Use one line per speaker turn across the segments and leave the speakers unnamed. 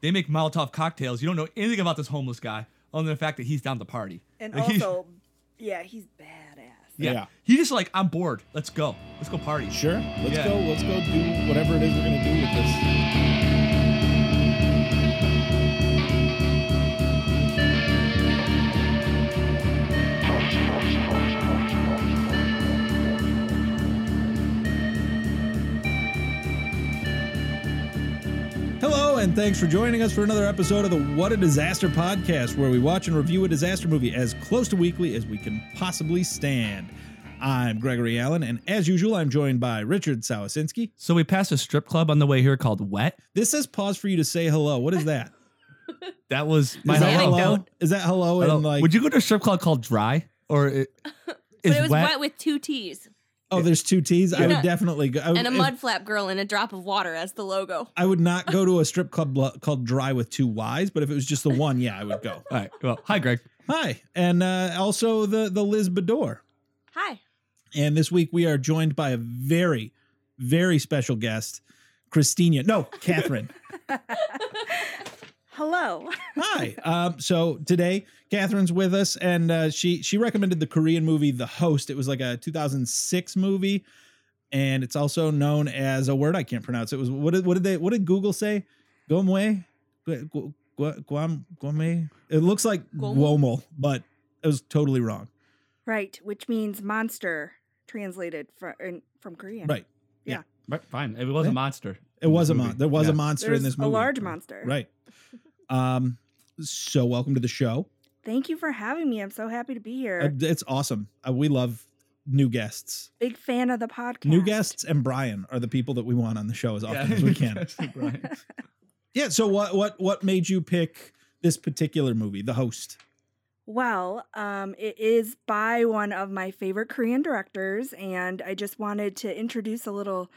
They make Molotov cocktails. You don't know anything about this homeless guy other than the fact that he's down to party.
And
Like, he's-
also, yeah, he's badass.
yeah,
Yeah.
he's just like, I'm bored. Let's go. Let's go party.
Sure. Let's
Yeah.
go. Let's go do whatever it is we're gonna do with this. Hello, and thanks for joining us for another episode of the What a Disaster podcast, where we watch and review a disaster movie as close to weekly as we can possibly stand. I'm Gregory Allen, and as usual, I'm joined by Richard Sawasinski.
So we passed a strip club on the way here called Wet.
This says pause for you to say hello. What is that?
That was my
is that
hello.
hello? Is that hello?
Hello.
And like,
Would you go to a strip club called Dry or it,
But
is
it was
Wet?
wet, with two T's
oh, there's two T's. I
Yeah.
would definitely go. I, would-
and a
if-
mud flap girl and a drop of water as the logo.
I would not go to a strip club blo- called Dry with two Y's, but if it was just the one, yeah, I would go.
All right. Well, hi, Greg.
Hi, and uh, also the the Liz Bador.
Hi.
And this week we are joined by a very, very special guest, Christina. No, Catherine.
Hello.
Hi. Um, so today, Catherine's with us, and uh, she she recommended the Korean movie The Host. It was like a 2006 movie, and it's also known as a word I can't pronounce. It was what did what did they what did Google say? Gomwe, Gu- gu- gu- guam, guame. It looks like
Guam?
Guomel, but it was totally wrong.
Right, which means monster translated from in, from Korean.
Right.
Right, fine. It was
Yeah.
a monster.
It was a
Movie.
mon- there was
Yeah.
a monster
There's
in this
a
movie.
large monster.
Right. Um. So welcome to the show.
Thank you for having me. I'm so happy to be here.
Uh, It's awesome. Uh, we love new guests.
Big fan of the podcast.
New guests and Brian are the people that we want on the show as often as we can. yeah. So what what what made you pick this particular movie, The Host?
Well, um, it is by one of my favorite Korean directors, and I just wanted to introduce a little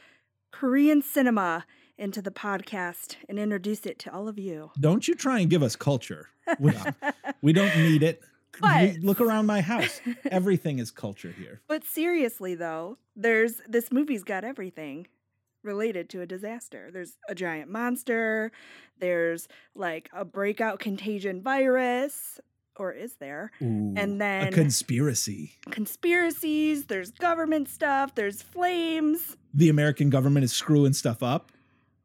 Korean cinema into the podcast and introduce it to all of you.
Don't you try and give us culture. We, we don't need it.
But-
You- look around my house. Everything is culture here.
But seriously, though, there's this movie's got everything related to a disaster. There's a giant monster, there's like a breakout contagion virus, or is there?
Ooh,
And
a
then
conspiracy.
conspiracies, there's government stuff, there's flames.
The American government is screwing stuff up.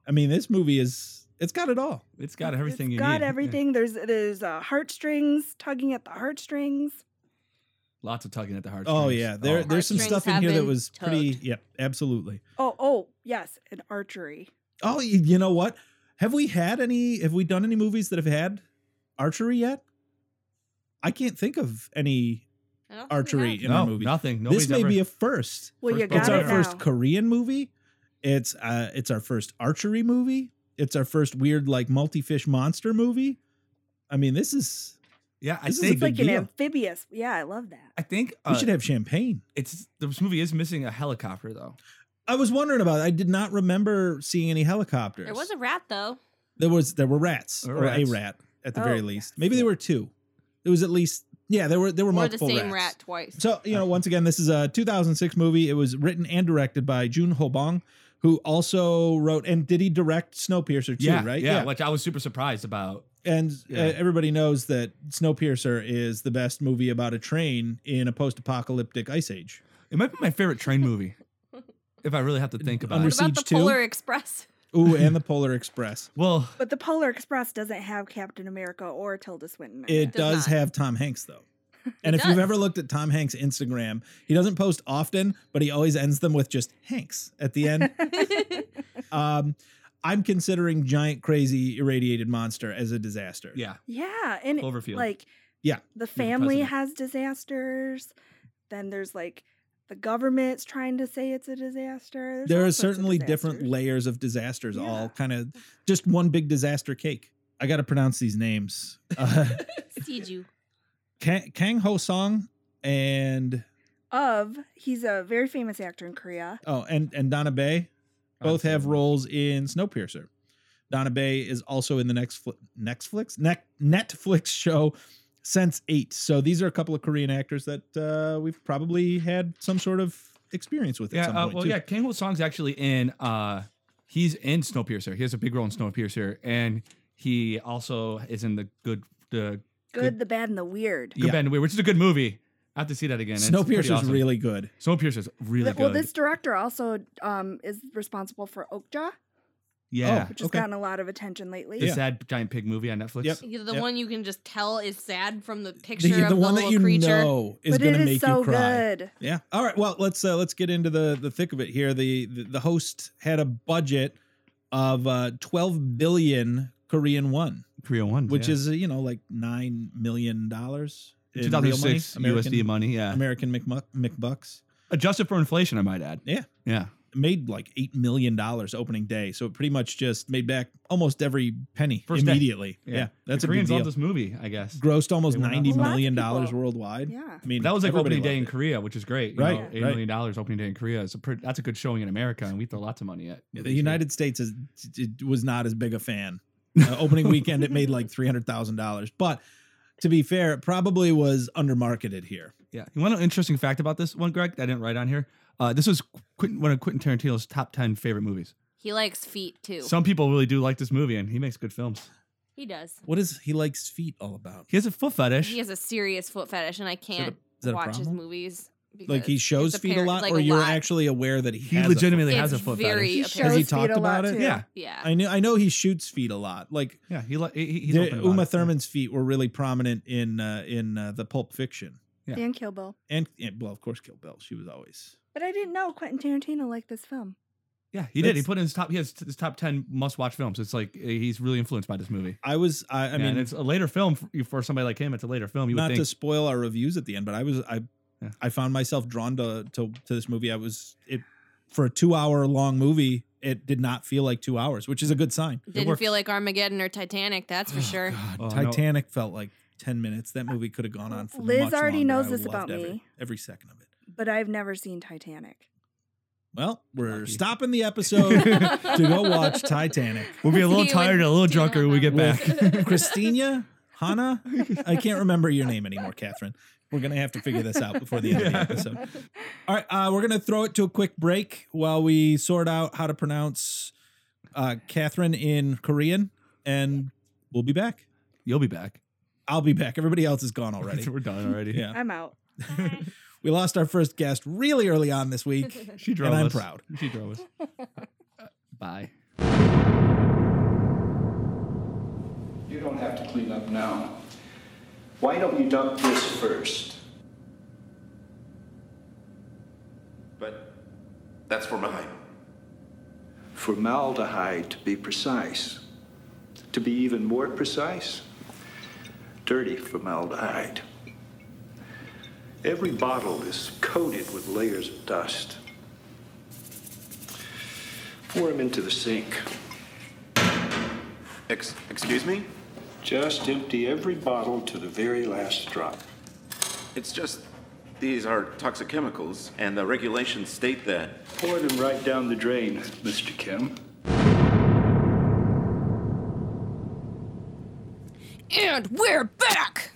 I mean, this movie is it's got it all.
It's got everything
It's
you
got
need. Yeah.
everything. There's there's uh, heartstrings tugging at the heartstrings.
Lots of tugging at the heartstrings.
Oh yeah, there
Oh.
there's some
Heartstrings
stuff in
have
here that
been
was pretty.
tugged.
Yep, absolutely.
Oh oh yes, and archery.
Oh, y- you know what? Have we had any? Have we done any movies that have had archery yet? I can't think of any
I don't think we
archery
have.
in
no,
our movie.
nothing.
this may be a first.
Well,
First
you
book.
got
it's
Got
our
it
first
now.
Korean movie. It's uh, it's our first archery movie. It's our first weird like multi fish monster movie. I mean, this is
yeah. I
this is a
think
It's like an
deal.
amphibious. Yeah, I love that.
I think
we
uh,
should have champagne.
it's this movie is missing a helicopter though.
I was wondering about. It. I did not remember seeing any helicopters.
There was a rat though.
There was there were rats
There
or
were
a
rats.
rat at the
Oh,
very
yeah.
least. Maybe there were two. There was at least yeah. There were there were
Or the
multiple
same
rats.
rat twice.
So you know, once again, this is a 2006 movie. It was written and directed by Jun Hobong, who also wrote and did he direct Snowpiercer too?
yeah,
right?
Yeah, which I was super surprised about.
And uh,
Yeah.
everybody knows that Snowpiercer is the best movie about a train in a post-apocalyptic ice age.
It might be my favorite train movie, if I really have to think about
Under-
it.
what about the
Siege two?
Polar Express?
Ooh, and the Polar Express.
Well,
But the Polar Express doesn't have Captain America or Tilda Swinton. in
It
Does
does
not.
have Tom Hanks though. And if you've
does.
ever looked at Tom Hanks' Instagram, he doesn't post often, but he always ends them with just Hanks at the end. um, I'm considering Giant Crazy Irradiated Monster as a disaster.
yeah,
Yeah, and it-
Cloverfield.
like
Yeah,
the family
president.
has disasters. Then there's like the government's trying to say it's a disaster. There's
there
all
are
sorts of
certainly different
disasters.
layers of disasters, all
Yeah.
kind of just one big disaster cake. I got to pronounce these names. Uh,
Siju.
Kang, Kang Ho Song and
of he's a very famous actor in Korea.
oh and and Donna Bay. both have roles in Snowpiercer. Donna Bay is also in the next fl- Netflix Net- Netflix show Sense Eight. So these are a couple of Korean actors that uh, we've probably had some sort of experience with. at some
Yeah, uh,
point
well,
too.
yeah. Kang Ho Song's actually in. uh He's in Snowpiercer. He has a big role in Snowpiercer, and He also is in the good the
Good, the bad, and the weird.
Good
Yeah.
Bad and the Weird, which is a good movie. I have to see that again. It's pretty
Snowpiercer's
awesome.
really good.
Snowpiercer's really
Th- well,
good.
this director also um, is responsible for Oakjaw, oh,
yeah,
which has
Okay.
gotten a lot of attention lately.
the
Yeah.
sad giant pig movie on Netflix.
Yep.
The
Yep.
one you can just tell is sad from the picture
The,
of
the
the
one that
little
you
creature.
know is
but
going
it
to
is
make
so
you cry.
good.
Yeah. All right. Well, let's uh, let's get into the the thick of it here. The the, the host had a budget of uh, 12 billion Korean won,
Korea One,
which
yeah.
is uh, you know like nine million dollars. in real money,
2006
American-
USD money. Yeah,
American McMuck, McBucks
adjusted for inflation, I might add.
Yeah.
yeah.
made like eight million dollars opening day, so it pretty much just made back almost every penny
First day.
immediately. Yeah. that's
the
a big
Koreans
deal.
love this movie, I guess.
Grossed almost
They went up.
ninety
Lots
of
million dollars
people.
worldwide.
Yeah.
I mean,
That was like
everybody
opening day
loved
in
it.
Korea, which is great. You
Right,
know,
right.
eight million dollars opening day in Korea is a pretty, that's a good showing in America, and we throw lots of money at
Yeah, The United States is it was not as big a fan. Uh, opening weekend, it made like three hundred thousand dollars. But to be fair, it probably was undermarketed here.
Yeah. You want an interesting fact about this one, Greg? That I didn't write on here. Uh, this was Quentin, one of Quentin Tarantino's top ten favorite movies.
He likes feet too.
Some people really do like this movie, and he makes good films.
he does.
What is he likes feet all about?
He has a foot fetish.
He has a serious foot fetish, and I can't
Is that a
watch his
problem?
movies.
Like he
because
shows
it's
feet a
apparent-
lot,
like
or
a
you're
lot.
actually aware that he,
he
has a foot
legitimately has
It's
a foot
very-
fetish.
He
Has
shows
he
fetish. Has he
feet
talked
a lot
about it?
too.
Yeah.
Yeah.
I knew. I know he shoots feet a lot. Like
Yeah. He like he, he's
the-
open about
Uma
it.
Thurman's feet were really prominent in uh, in uh, the Pulp Fiction,
Yeah.
Dan Kill Bill.
and, and well, of course, Kill Bill. She was always
But I didn't know Quentin Tarantino liked this film.
Yeah, he did. He
That's-
put in his top. He has t- his top ten must-watch films. It's like eh, he's really influenced by this movie.
I was. I, I
I mean,
mean,
it's a later film for, for somebody like him. It's a later film. You would
not
think
to spoil our reviews at the end, but I was I
Yeah.
I found myself drawn to, to to this movie. I was it for a two hour long movie. It did not feel like two hours, which is a good sign.
Didn't feel
works.
like Armageddon or Titanic, that's for sure.
God,
Oh, no.
Titanic felt like ten minutes. That movie could have gone on for.
Liz
much
already
longer.
knows
I
this
loved
about
every-
me.
Every second of it.
But I've never seen Titanic.
Well, we're
Lucky.
stopping the episode to go watch Titanic.
we'll be a little
See,
tired and a little
when-
drunker when we get back.
Christina, Hannah, I can't remember your name anymore, Catherine. We're gonna have to figure this out before the end of the
Yeah.
episode. All right, uh, we're gonna throw it to a quick break while we sort out how to pronounce uh, Catherine in Korean, and we'll be back.
You'll be back.
I'll be back. Everybody else is gone already.
We're done already.
Yeah,
I'm out.
we lost our first guest really early on this week.
she drove
I'm
us.
proud.
She drove us. Bye.
You don't have to clean up now. Why don't you dump this first?
But that's for mine.
Formaldehyde, to be precise. To be even more precise, dirty formaldehyde. Every bottle is coated with layers of dust. Pour them into the sink.
Ex- excuse me?
Just empty every bottle to the very last drop.
It's just these are toxic chemicals, and the regulations state that.
Pour them right down the drain, Mr. Kim.
and we're back.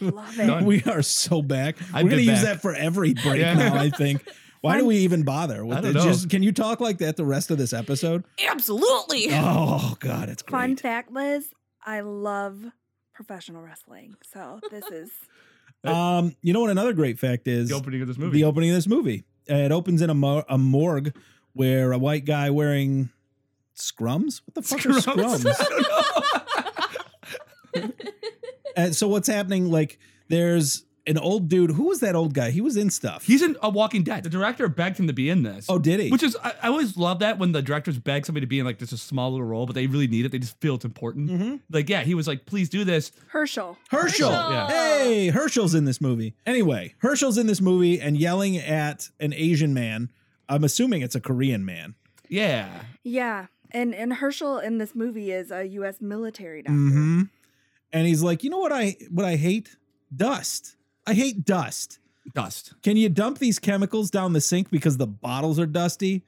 Love it.
We are so back.
I've
We're gonna
been
use
back.
that for every break
Yeah.
now. I think. Why do we even bother with
I don't
it?
know.
Just can you talk like that the rest of this episode?
Absolutely.
Oh God, it's great.
Fun fact, Liz, I love professional wrestling. So this is
Um, you know what? Another great fact is
The opening of this movie.
the opening of this movie. Uh, It opens in a, mo- a morgue where a white guy wearing scrums. What the fuck
Scrums?
are scrums? and so what's happening? Like, there's an old dude. Who was that old guy? He was in stuff.
He's in A Walking Dead. The director begged him to be in this.
oh, did he?
Which is, I, I always love that when the directors beg somebody to be in like just a small little role, but they really need it. They just feel it's important.
Mm-hmm.
Like, yeah, he was like, please do this.
Herschel.
Herschel.
Herschel. Yeah.
Hey, Herschel's in this movie. Anyway, Herschel's in this movie and yelling at an Asian man. I'm assuming it's a Korean man.
Yeah.
Yeah. And and Herschel in this movie is a US military doctor.
Mm-hmm.
hmm And he's like, you know what I what I hate? Dust. I hate dust.
Dust.
Can you dump these chemicals down the sink because the bottles are dusty?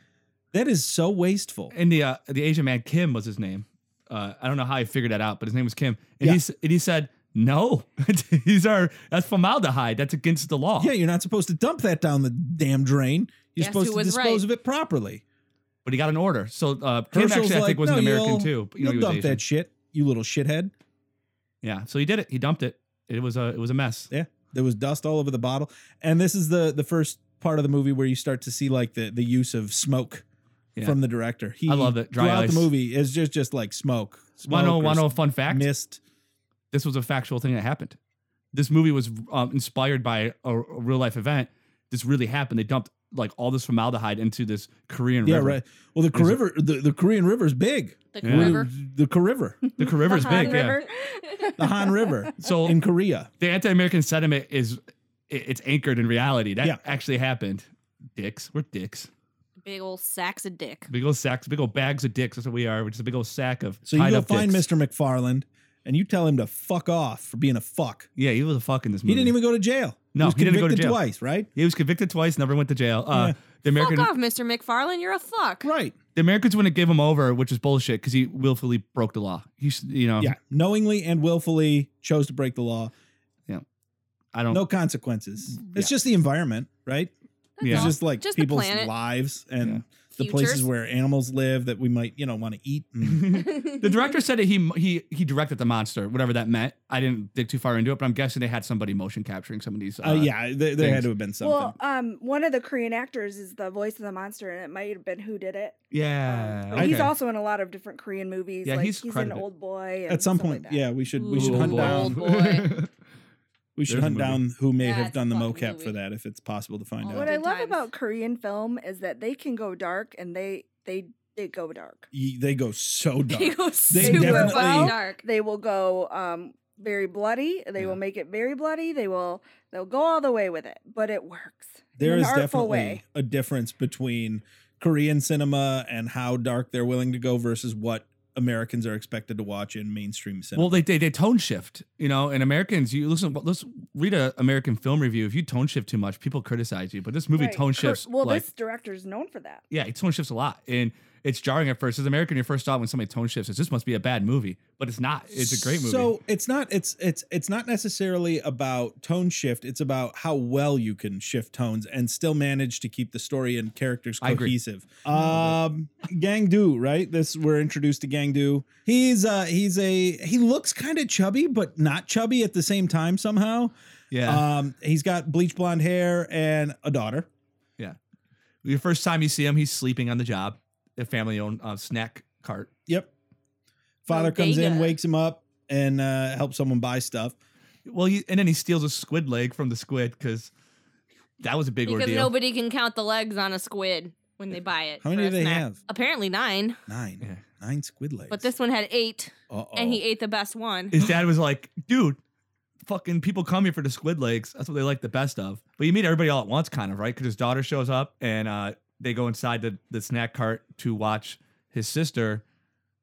That is so wasteful.
and the uh, the Asian man Kim was his name. Uh, I don't know how I figured that out, but his name was Kim, and
Yeah.
he he and he said, "No, these are that's formaldehyde. That's against the law."
Yeah, you're not supposed to dump that down the damn drain. You're
Guess
supposed
who
to
was
dispose
right?
of it properly.
but he got an order. So uh, Kim
Herschel's
actually, I
like,
think, was an
"No,
American
you'll-
too. but, You know,
You'll
he was
dump
Asian.
that shit, you little shithead.
Yeah, so he did it. He dumped it. It was a it was a mess.
Yeah, there was dust all over the bottle, and this is the the first part of the movie where you start to see like the the use of smoke
Yeah.
from the director. He,
I love it. Dry
throughout
ice.
the movie is just just like smoke. smoke
One oh
or
one oh fun fact.
mist.
this was a factual thing that happened. This movie was um, inspired by a, a real life event. This really happened. They dumped like all this formaldehyde into this Korean
Yeah,
river.
right. Well, the
There's a-
river, the, the Korean river's big.
The
Yeah.
river.
The Korean river,
The Korean river's
Uh-huh, The
big. Yeah.
Han River.
the Han River
So
in Korea.
the anti-American sentiment is it- it's anchored in reality. That
Yeah.
actually happened. Dicks, we're dicks.
Big old sacks of dick.
Big old sacks, big old bags of dicks. That's what we are. We're just a big old sack of.
So you
tied
go
up
find
dicks.
Mr. McFarland and you tell him to fuck off for being a fuck.
Yeah, he was a fuck in this
He
movie.
didn't even go to jail.
Hmm. No,
was
he didn't go to
convicted
jail.
twice, right?
He was convicted twice. Never went to jail. Uh,
Yeah.
The American.
Fuck off, Mr. McFarlane. You're a fuck.
Right.
the Americans wouldn't give him over, which is bullshit because he willfully broke the law. He's, you know,
yeah, knowingly and willfully chose to break the law.
I don't.
No consequences. It's
Oh. Yeah.
just the environment, right?
yeah,
It's just like
Just the
people's
planet.
lives and
Yeah.
the places
Futures.
where animals live that we might, you know, want to eat. And
the director said that he he he directed the monster, whatever that meant. I didn't dig too far into it, but I'm guessing they had somebody motion capturing some of these. Uh,
uh, yeah, there, there had
things.
to have been something.
Well, um, one of the Korean actors is the voice of the monster, and it might have been Who Did It.
yeah.
But He's
Uh, okay.
also in a lot of different Korean movies.
Yeah,
like
he's
he's,
quite a
an
bit.
old boy. and
At some
stuff like
point,
that.
yeah, we should we
Ooh,
should
Old
hunt
boy.
down
boy.
we should
There's a
hunt
movie.
down who may
Yeah,
have
it's
done the
a
mocap
fucking
for
movie.
that if it's possible to find
Oh,
out.
What I love
times.
about Korean film is that they can go dark, and they they they go dark.
Ye- They go so dark.
He goes super
definitely-
fucking dark.
They will go um very bloody. They
Yeah.
will make it very bloody. They will they'll go all the way with it, but it works.
there
in
is
an artful
definitely
way.
a difference between Korean cinema and how dark they're willing to go versus what Americans are expected to watch in mainstream cinema.
Well, they, they they tone shift, you know. And Americans, you listen. Let's read a American film review. If you tone shift too much, people criticize you. But this movie
Right.
tone
Kor-
shifts.
well,
like,
this director's known for that.
yeah, it tone shifts a lot, and it's jarring at first. As American, your first thought when somebody tone shifts is this must be a bad movie, but it's not. It's a great movie.
So it's not it's it's it's not necessarily about tone shift. It's about how well you can shift tones and still manage to keep the story and characters
I agree.
cohesive. Um, Gang Du, right? This we're introduced to Gang Du. He's uh he's a he looks kind of chubby, but not chubby at the same time somehow.
yeah,
uh,
Um, he's got bleach blonde hair and a daughter.
Your first time you see him, he's sleeping on the job, a family owned uh, snack cart.
Yep. Father comes in,
Bodega.
wakes him up, and uh, helps someone buy stuff.
Well, he, and then he steals a squid leg from the squid because that was a big
Because
ordeal.
nobody can count the legs on a squid when they buy it.
How many
for a
do they
snack.
have?
Apparently nine,
Nine,
Yeah.
nine squid legs.
but this one had eight,
Uh-oh.
and he ate the best one.
His dad was like, "Dude, fucking people come here for the squid legs. That's what they like the best of." But you meet everybody all at once, kind of right? Because his daughter shows up, and uh, they go inside the the snack cart to watch his sister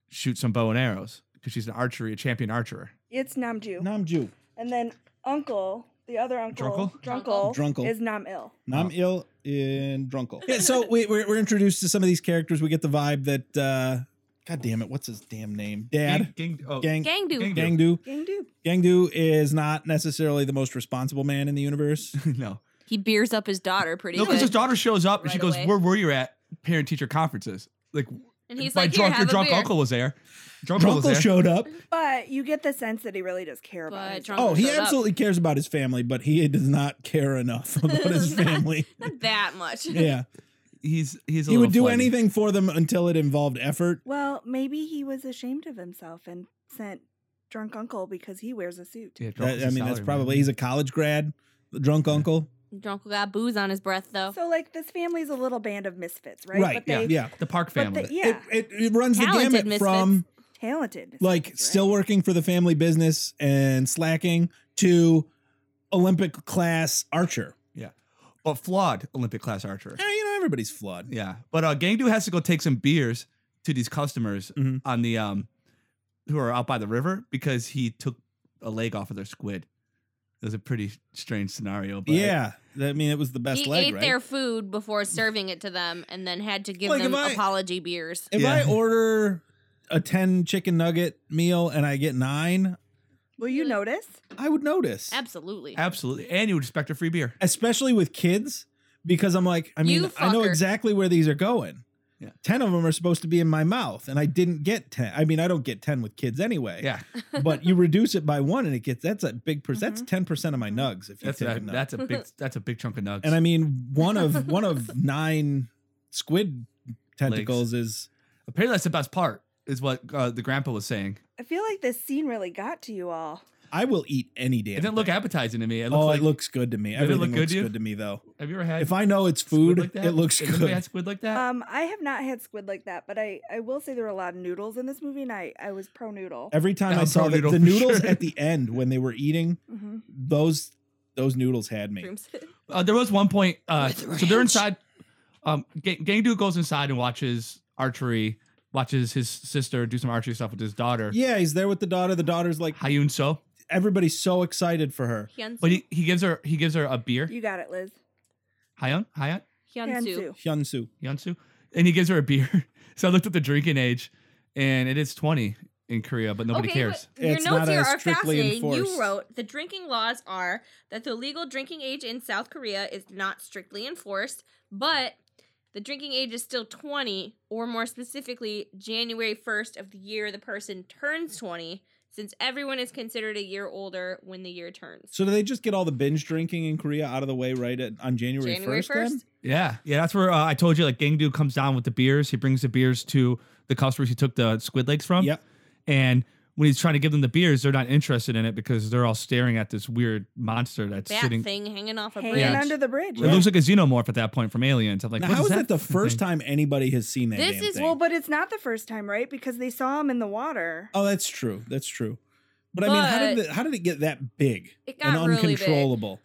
shoot some bow and arrows because she's an archery, a champion archer.
It's Namju.
Namju.
And then uncle, the other uncle,
Drunkle?
Drunkle,
Drunkle.
is Nam Il.
Nam
Oh.
Il in Drunkle. Yeah, so we, we're, we're introduced to some of these characters. We get the vibe that, uh, God damn it, what's his damn name? Dad.
Gang, gang- oh,
Gang,
Gang dude.
Gang
Gang Du.
Gangdu.
Gang Du is not necessarily the most responsible man in the universe.
no,
He beers up his daughter pretty
no, because his
good.
daughter shows up and she
Right
goes,
away.
"Where were you at parent teacher conferences?" Like
and he's
my
like,
drunk, your
Here, have a
drunk
beer."
uncle was there. Drunk uncle was
Drunkle
there.
showed up.
But you get the sense that he really does care about
But
his
Drunkle-
Oh, he
showed up.
absolutely cares about his family, but he does not care enough about his family.
Not that much.
Yeah.
He's he's a
He would
little
do
flighty.
anything for them until it involved effort.
Well, maybe he was ashamed of himself and sent drunk uncle because he wears a suit.
Yeah, drunk
That-
is a
I mean,
salary,
that's
man.
probably, he's a college grad, the drunk uncle.
Drunk got booze on his breath though.
So like this family's a little band of misfits, right?
Right,
But they,
Yeah.
the Park
But
family.
they, yeah,
It, it, it runs
Talented
the gamut
misfits.
from
talented. misfits,
like
right?
still working for the family business and slacking to Olympic class archer.
but flawed Olympic class archer.
Eh, you know, everybody's flawed.
Yeah, but uh, Gangdu has to go take some beers to these customers
Mhm.
on the um, who are out by the river because he took a leg off of their squid. It was a pretty strange scenario. But
yeah. I mean, it was the best
he
leg,
ate
right?
their food before serving it to them, and then had to give
Like,
them
if I-
apology beers.
if
Yeah.
I order a 10 chicken nugget meal and I get nine,
Will you notice?
I would notice.
Absolutely.
absolutely. And you would expect a free beer.
Especially with kids, because I'm like, I mean,
You
I know
fucker.
exactly where these are going.
Yeah.
10 of them are supposed to be in my mouth and I didn't get 10. I mean, I don't get 10 with kids anyway.
Yeah,
but you reduce it by one and it gets that's a big per that's 10% of my nugs if you
that's
take
a,
a nug.
that's a big that's a big chunk of nugs.
and I mean, one of one of nine squid tentacles is
Apparently, that's the best part, is what uh, the grandpa was saying.
I feel like this scene really got to you all.
I will eat any damn.
It didn't look
thing.
appetizing to me. It
oh,
looked like.
it looks good to me.
Did it
Everything
look good
looks
to you?
good to me though.
have you ever had
If I know it's
squid
food,
like that?
it looks
Has anybody
good.
had squid like
Uh,
that?
Um, I have not had squid like that, but I, I will say there were a lot of noodles in this movie, and I, I was pro noodle.
Every time
Yeah,
I
I'm
saw
pro
the,
noodle
the
for
noodles
sure.
at the end when they were eating,
hmm
those those noodles had me.
Dreams.
Uh, there was one point. Uh,
With
so they're
ranch.
inside. Um, Gang, Gang Dude goes inside and watches archery, watches his sister do some archery stuff with his daughter,
Yeah, he's there with the daughter. The daughter's like
Hyun So.
everybody's so excited for her.
Hyunsu.
But he, he gives her he gives her a beer.
You got it, Liz.
Hyun Hyun
Hyunsu.
Hansu.
Hyunsu.
Hyunsu, and he gives her a beer. so I looked up the drinking age, and it is twenty in Korea, but nobody
okay,
cares.
But your
It's not
notes here
as
are
strictly
fascinating.
enforced.
You wrote the drinking laws are that the legal drinking age in South Korea is not strictly enforced, but the drinking age is still 20, or more specifically, January 1st of the year the person turns 20, since everyone is considered a year older when the year turns.
So do they just get all the binge drinking in Korea out of the way right at, on January
January
first? Then
1st?
Yeah, yeah, that's where uh, I told you like Gang Dude comes down with the beers. He brings the beers to the customers he took the squid legs from.
Yep.
And when he's trying to give them the beers, they're not interested in it because they're all staring at this weird monster that's
Bat
sitting.
thing hanging off a
Hanging
bridge.
Yeah.
under the bridge.
It looks like a xenomorph at that point from Aliens. I'm like,
now,
what
how is
is
that the first
thing?
time anybody has seen that?
This
damn
is-
thing?
Well, but it's not the first time, right? Because they saw him in the water.
Oh, that's true. That's true. But, I mean, how did
But-
it, how did it get that big
It
and
got really big.
uncontrollable?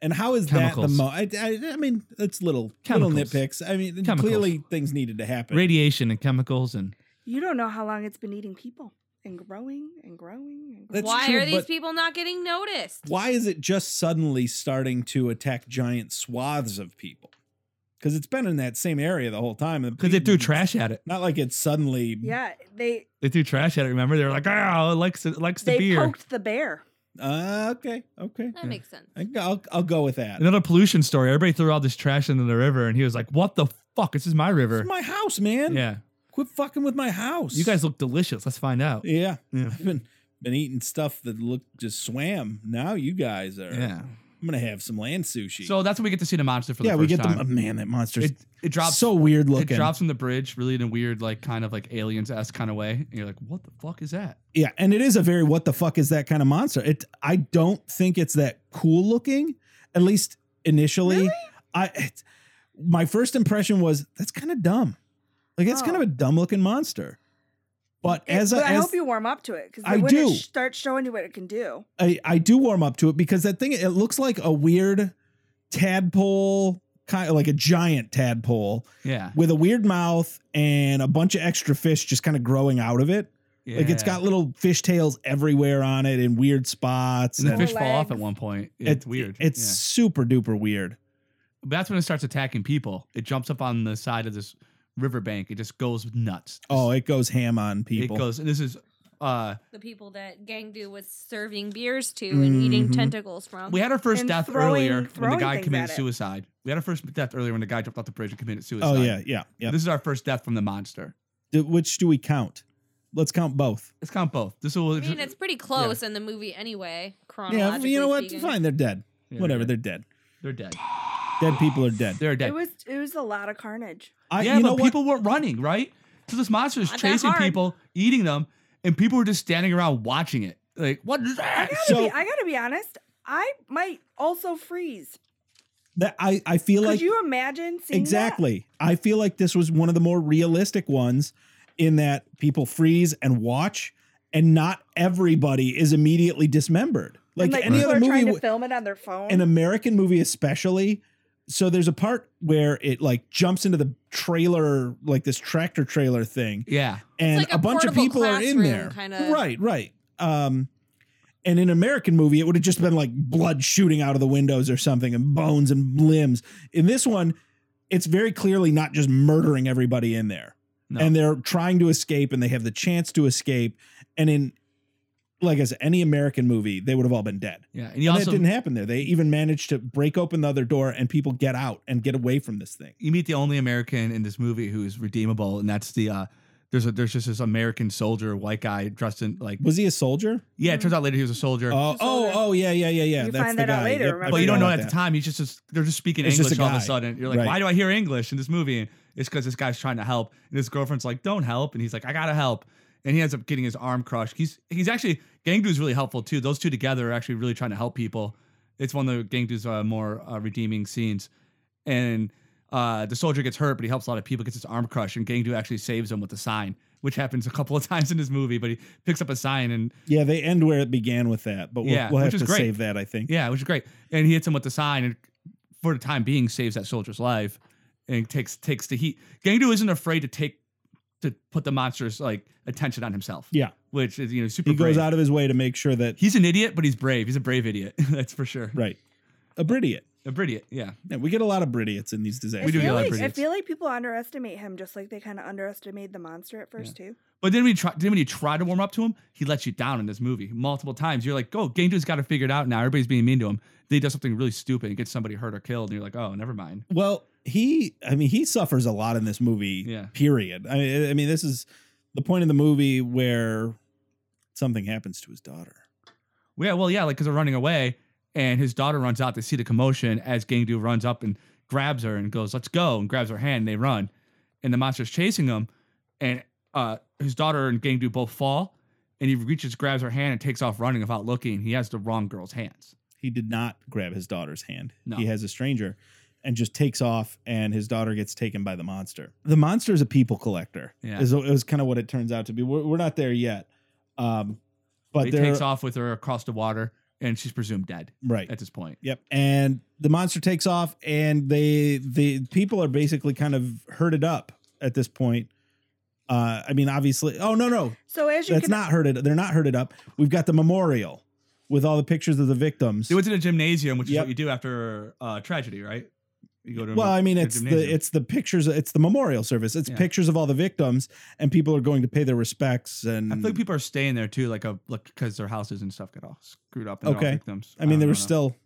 And how is
Chemicals.
that the mo? I, I, I mean, it's little little
Chemicals.
nitpicks. I mean,
Chemicals.
clearly things needed to happen.
Radiation and chemicals and
You don't know how long it's been eating people and growing and growing. And growing.
That's
Why
true,
are these
but-
people not getting noticed?
Why is it just suddenly starting to attack giant swaths of people? Because it's been in that same area the whole time. The
because they
people-
threw trash at it.
Not like it's suddenly.
Yeah, they
They threw trash at it. Remember, they were like, "Ah, it likes it likes the
they
beer."
poked the bear.
Uh, okay. Okay.
That makes sense.
I- I'll, I'll go with that.
Another pollution story. Everybody threw all this trash into the river, and he was like, "What the fuck? This is my river."
It's my house, man.
yeah,
Quit fucking with my house.
you guys look delicious. Let's find out.
Yeah.
Yeah.
I've been been eating stuff that looked just swam. Now you guys are.
Yeah.
I'm gonna have some land sushi.
So that's when we get to see the monster for the
yeah,
first
we get
time.
the oh, man that monster's
it, it drops
so weird
it
looking.
drops from the bridge, really in a weird, like kind of like aliens esque kind of way. And you're like, what the fuck is that?
Yeah, and it is a very what the fuck is that kind of monster. It I don't think it's that cool looking, at least initially. I it's, my first impression was that's kind of dumb. Like it's kind
Oh.
of a dumb looking monster. But
It-
as,
but
a,
I
as
hope you warm up to it because
I
when it
do.
sh- starts showing you what it can do,
I, I do warm up to it because that thing it looks like a weird tadpole kind of like a giant tadpole
Yeah.
with a weird mouth and a bunch of extra fish just kind of growing out of it like it's
Yeah.
got little fish tails everywhere on it in weird spots
And the
and
fish fall off
legs.
at one point.
it-
It's weird.
it's
Yeah.
super duper weird
that's when it starts attacking people. It jumps up on the side of this riverbank. It just goes nuts.
oh it goes ham on people
It goes, and this is, uh,
The people that Gangdu was serving beers to and eating
Mhm.
tentacles from.
we had our first
And
death
throwing-
earlier when the
throwing
guy
things
committed
at it.
suicide. We had our first death earlier when the guy jumped off the bridge and committed suicide.
oh yeah yeah yeah
This is our first death from the monster.
Do- which do we count let's count both
Let's count both. This will.
I mean, it's pretty close in the movie anyway.
yeah
Chronologically
you know what
speaking.
fine they're dead
Yeah,
whatever
They're
they're dead
they're dead.
dead people are dead
They're dead.
it was it was a lot of carnage.
I,
yeah,
you know
but
what?
people weren't running, right? So this monster is
Not that
chasing
hard.
people, eating them, and people were just standing around watching it. Like, what is that?
I gotta,
So-
be, I gotta be honest. I might also freeze.
that I, I feel
Could
like
you imagine seeing
exactly. I feel like this was one of the more realistic ones in that people freeze and watch, and not everybody is immediately dismembered.
that?
Like,
And,
any
people
other
are
movie,
trying to
w-
film it on their phone.
an American movie especially. So there's a part where it like jumps into the trailer, like this tractor trailer thing,
Yeah.
and
like
a,
a
bunch of
portable
people are in
classroom
there.
kinda.
Right, right. Um, and in an American movie, it would have just been like blood shooting out of the windows or something, and bones and limbs. In this one, it's very clearly not just murdering everybody in there,
No.
and they're trying to escape, and they have the chance to escape. And in like as any American movie, they would have all been dead.
Yeah, and you
And
also
that didn't happen there. They even managed to break open the other door and people get out and get away from this thing.
you meet the only American in this movie who's redeemable, and that's the uh, there's a there's just this American soldier, white guy dressed in like
Was he a soldier?
yeah.
Mm.
It turns out later he was a soldier,
Oh, oh, oh, yeah, yeah, yeah, yeah.
You
That's
find
the
that out
guy.
later,
Yep, I
remember?
but you don't know
forgot
at the
that.
time. He's just, just they're just speaking
It's just
English
a
all of a
guy.
sudden. You're like,
Right.
why do I hear English in this movie? And it's because this guy's trying to help, and his girlfriend's like, don't help, and he's like, I gotta help, and he ends up getting his arm crushed. He's he's actually Gang Dude's really helpful too. Those two together are actually really trying to help people. It's one of the Gang Dude's uh, more uh, redeeming scenes, and uh, the soldier gets hurt, but he helps a lot of people. Gets his arm crushed, and Gang Dude actually saves him with a sign, which happens a couple of times in this movie. But he picks up a sign and
Yeah, they end where it began with that, but we'll,
Yeah,
we'll have
which is
to
great.
save that, I think.
Yeah, which is great. And he hits him with the sign, and for the time being, saves that soldier's life and takes takes the heat. Gangdu isn't afraid to take to put the monster's like attention on himself.
Yeah.
which is you know super.
He goes
brave.
out of his way to make sure that,
He's an idiot, but he's brave. He's a brave idiot. That's for sure.
right, a Bridiot.
A Bridiot. Yeah.
Yeah, we get a lot of Bridiots in these disasters.
We do
I
get a
feel
lot
like
of
I
Bridgets.
feel like people underestimate him, just like they kind of underestimated the monster at first too.
But then when you try, then when you try to warm up to him, he lets you down in this movie multiple times. You're like, "Oh, Gangdu's got to figure it out now." Everybody's being mean to him. Then he does something really stupid and gets somebody hurt or killed, and you're like, "Oh, never mind."
Well, he, I mean, he suffers a lot in this movie.
Yeah.
Period. I mean, I mean, this is the point of the movie where something happens to his daughter.
Yeah, well, yeah, like because they're running away, and his daughter runs out. They see the commotion as Gangdu runs up and grabs her and goes, "Let's go!" and grabs her hand. And they run, and the monster's chasing them, and uh, his daughter and Gangdu both fall, and he reaches, grabs her hand, and takes off running without looking. He has the wrong girl's hands.
He did not grab his daughter's hand.
No.
He has a stranger and just takes off, and his daughter gets taken by the monster. The monster is a people collector.
Yeah.
Is, is kind of what it turns out to be. We're, we're not there yet. Um, but
he
there,
takes off with her across the water, and she's presumed dead
right.
at this point.
Yep. And the monster takes off, and they the people are basically kind of herded up at this point. Uh, I mean, obviously. Oh no, no,
So as you
that's
can,
not herded. They're not herded up. We've got the memorial with all the pictures of the victims.
They went to the gymnasium, which is
Yep.
what you do after uh, tragedy, right? You go to a-
well, I mean,
a
it's the
gymnasium.
it's the pictures. It's the memorial service. It's
Yeah.
pictures of all the victims, and people are going to pay their respects. And
I feel like people are staying there too, like a like because their houses and stuff got all screwed up. And they're all
Okay.
victims.
I mean, there
don't
were
know.
still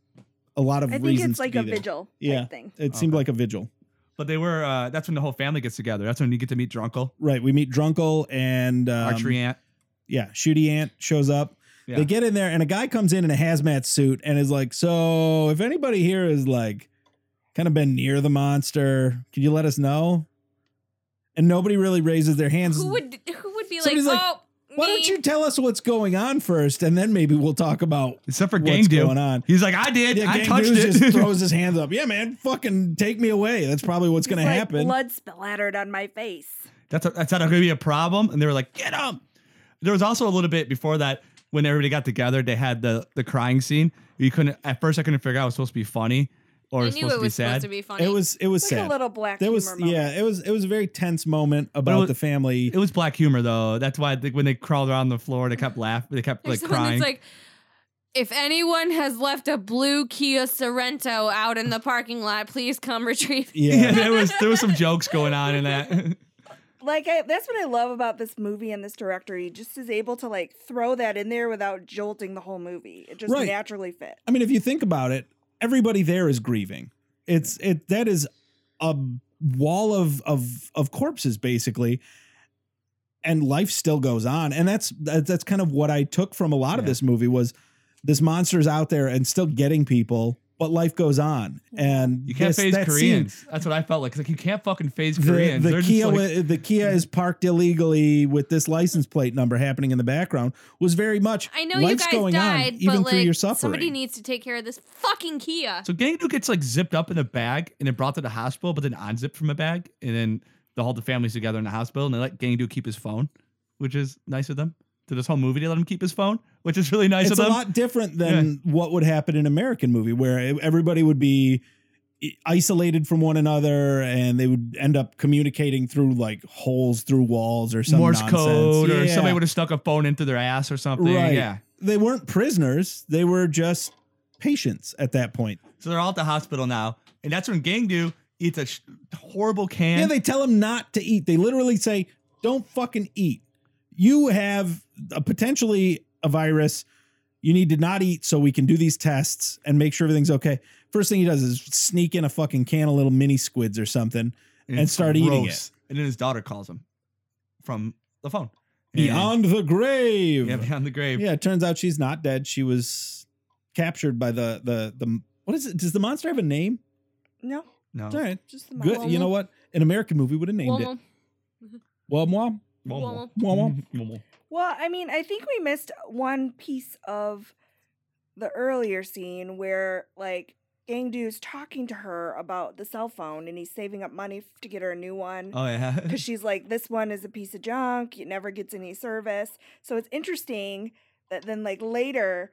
a lot of
I think
reasons.
it's
to
like
be
a
there.
vigil
Yeah.
type thing.
It seemed
Oh, Okay.
like a vigil.
But they were. Uh, that's when the whole family gets together. That's when you get to meet Drunkle,
Right. We meet Drunkle and um,
Archery Aunt.
yeah, Shooty Ant shows up.
Yeah.
They get in there, and a guy comes in in a hazmat suit and is like, "So, if anybody here is like, kind of been near the monster, could you let us know?" And nobody really raises their hands.
Who would who would be like,
Somebody's like,
oh,
Why
me.
don't you tell us what's going on first, and then maybe we'll talk about
Except for
what's
Gang Dude.
going on.
He's like, I did.
Yeah,
I
Gang
touched
Dude just
it.
throws his hands up. Yeah, man, fucking take me away. That's probably what's going to
It's like
happen.
Blood splattered on my face.
that's that's not going to be a problem. And they were like, get him. There was also a little bit before that when everybody got together. They had the the crying scene. You couldn't. At first, I couldn't figure out it was supposed to be funny or
I
it was
knew
supposed
it
to be
was
sad.
supposed to be funny.
It was it was
Like
sad.
a little black
there
humor
was
moment.
yeah, it was it was a very tense moment about
was-
the family.
it was black humor though. That's why they, when they crawled around the floor, they kept laughing. They kept
There's
like
someone
crying.
that's like, if anyone has left a blue Kia Sorento out in the parking lot, please come retrieve. it."
yeah, there was there was some jokes going on in that.
Like I, that's what I love about this movie and this director. He just is able to like throw that in there without jolting the whole movie. It just
Right.
naturally fit.
I mean, if you think about it, everybody there is grieving. It's it that is a wall of of of corpses basically, and life still goes on. And that's that, that's kind of what I took from a lot of
Yeah.
this movie was this monster's out there and still getting people, but life goes on. And
You can't
this-
phase
that scene-
Koreans. That's what I felt like. 'Cause, Like you can't fucking phase
the,
Koreans.
the
They're just
Kia
like-
wa- the Kia is parked illegally with this license plate number happening in the background was very much
I know
life's
you guys
going
died,
on
but
even
like
through your suffering.
somebody needs to take care of this fucking Kia.
So Gangdu gets like zipped up in a bag and then brought to the hospital, but then unzipped from a bag, and then the whole the family's together in the hospital, and they let Gangdu keep his phone, which is nice of them. To this whole movie, they let him keep his phone, which is really nice
it's
of
a
them.
lot different than what would happen in an American movie where e, everybody would be isolated from one another and they would end up communicating through like holes through walls or some
Morse
nonsense.
code, or
Yeah.
somebody would have stuck a phone into their ass or something.
Right.
Yeah.
They weren't prisoners; they were just patients at that point.
So they're all at the hospital now, and that's when Gangdu eats a sh- horrible can.
yeah, they tell them not to eat. They literally say, "Don't fucking eat. You have a potentially a virus. You need to not eat so we can do these tests and make sure everything's okay. First thing he does is sneak in a fucking can of little mini squids or something. And
it's
start eating
gross. And then his daughter calls him from the phone. And-
Beyond the grave.
yeah, beyond the grave.
Yeah, it turns out she's not dead. She was captured by the the the what is it? Does the monster have a name?
No,
No.
All right,
just the
good. You know what? An American movie would have named it.
Well,
Wom wom
Womble.
wom wom.
Womble.
Well, I mean, I think we missed one piece of the earlier scene where like Gang Dude's talking to her about the cell phone and he's saving up money f- to get her a new one.
Uh,
Oh yeah.
because she's like, this one is a piece of junk. It never gets any service. So it's interesting that then, like, later,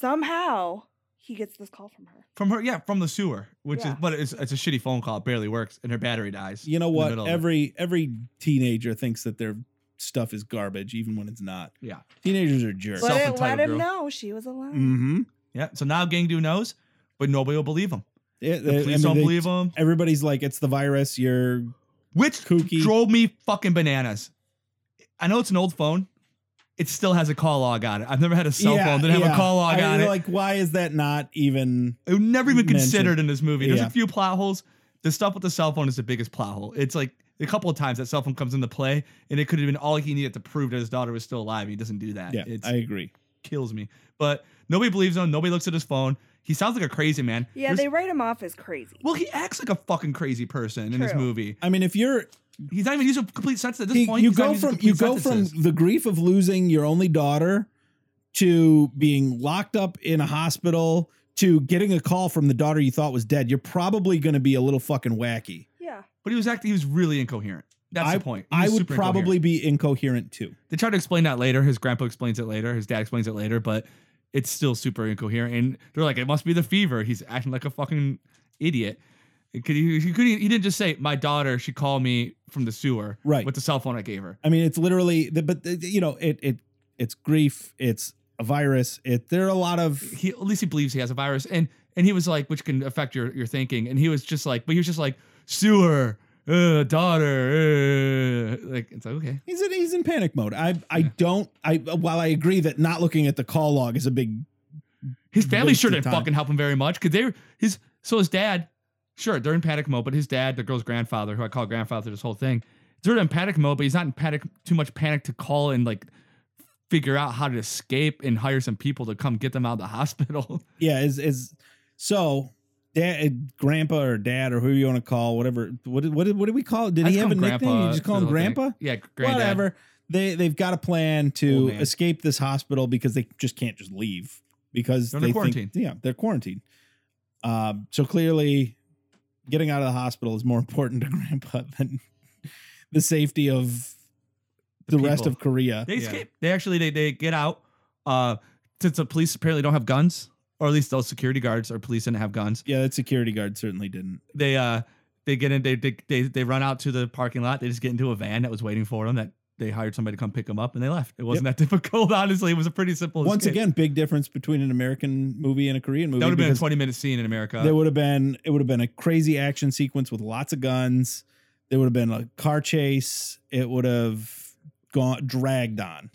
somehow he gets this call from her.
From her, yeah, from the sewer, which
Yeah.
is, but it's, it's a shitty phone call. It barely works, and her battery dies.
You know
in the
what?
middle of it.
Every every teenager thinks that their stuff is garbage, even when it's not.
Yeah.
Teenagers are jerks.
But it let
Self-entitled
him
girl. Mm.
know she was alive.
mm-hmm.
yeah. So now Gangdu knows, but nobody will believe him.
It,
The
Uh, I
police
mean,
don't
they-
believe him,
Everybody's like, it's the virus. You're
which
kooky.
drove me fucking bananas. I know it's an old phone. It still has a call log on it. I've never had a cell phone that have a call log
I
on
mean,
it.
Like, why is that not even?
It was never even
mentioned.
considered in this movie. There's
Yeah.
a few plot holes. The stuff with the cell phone is the biggest plot hole. It's like a couple of times that cell phone comes into play, and it could have been all he needed to prove that his daughter was still alive. He doesn't do that.
Yeah,
it
I agree.
kills me. But nobody believes him. Nobody looks at his phone. He sounds like a crazy man.
Yeah,
There's-
they write him off as crazy.
well, he acts like a fucking crazy person in this
True.
movie.
I mean, if you're
He's not even using complete sentences at this
He-
point.
you
he's not
go
even using
from you
complete
go from
sentences.
the grief of losing your only daughter to being locked up in a hospital to getting a call from the daughter you thought was dead. You're probably going to be a little fucking wacky.
Yeah.
But he was acting. He was really incoherent. That's the point. He
I
was
would
super incoherent.
probably be incoherent too.
They try to explain that later. His grandpa explains it later. His dad explains it later, but it's still super incoherent. And they're like, it must be the fever. He's acting like a fucking idiot. He, could- he, he couldn't- he didn't just say, my daughter, she called me from the sewer
Right.
with the cell phone I gave her.
I mean, it's literally, the, but the, you know, it it it's grief. It's a virus. It there are a lot of
He At least he believes he has a virus. And and he was like, which can affect your, your thinking. And he was just like, but he was just like, sewer, uh, daughter. Uh. Like, it's like, okay.
he's in he's in panic mode. I I don't I while I agree that not looking at the call log is a big
His family
waste
sure
of
didn't
time.
fucking help him very much because they were his. So his dad, sure, they're in panic mode, but his dad, the girl's grandfather, who I call grandfather, through this whole thing, they're in panic mode, but he's not in panic too much panic to call and like figure out how to escape and hire some people to come get them out of the hospital.
yeah is is so dad grandpa or dad or who you want to call whatever what did, what did, what did we call it did
I
he
just
have
call
a
him
nickname you just call
through
him
the whole thing.
grandpa
Yeah, granddad.
whatever they they've got a plan
Old
to
man.
escape this hospital because they just can't just leave because
They're under
they're they
quarantine.
think yeah they're quarantined um so clearly getting out of the hospital is more important to grandpa than the safety of the, rest
people.
of korea
They
Yeah.
escape. They actually they they get out. Uh, since the police apparently don't have guns, or at least those security guards or police didn't have guns.
yeah that security guard certainly didn't
they uh they get in they they they, they run out to the parking lot. They just get into a van that was waiting for them. That they hired somebody to come pick them up, and they left. It wasn't that difficult, honestly. It was a pretty simple.
once
escape.
again big difference between an american movie and a korean movie
that would have been a
because
twenty minute scene in America.
there would have been it would have been a crazy action sequence with lots of guns there would have been a car chase it would have gone dragged on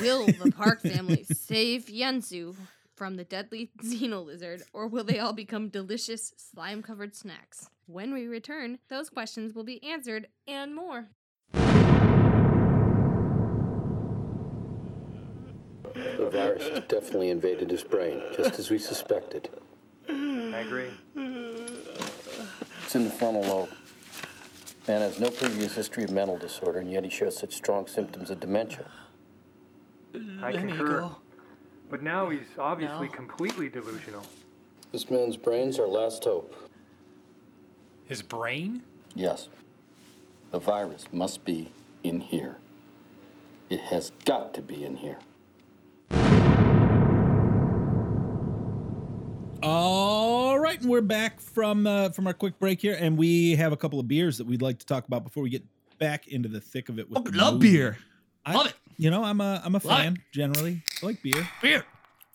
Will the Park family save Yensu from the deadly Xeno lizard, or will they all become delicious slime covered snacks? When we return, those questions will be answered and more.
The virus definitely invaded his brain, just as we suspected.
I agree.
It's in the frontal lobe. Man has no previous history of mental disorder, and yet he shows such strong symptoms of dementia.
I concur. But now he's obviously completely delusional.
This man's brain's our last hope.
His brain?
Yes. The virus must be in here. It has got to be in here.
all right and we're back from uh, from our quick break here and we have a couple of beers that we'd like to talk about before we get back into the thick of it with
Fucking
the
Oh, love
movie.
beer,
I,
Love it.
you know i'm a i'm a
Love it.
fan generally I like beer
beer.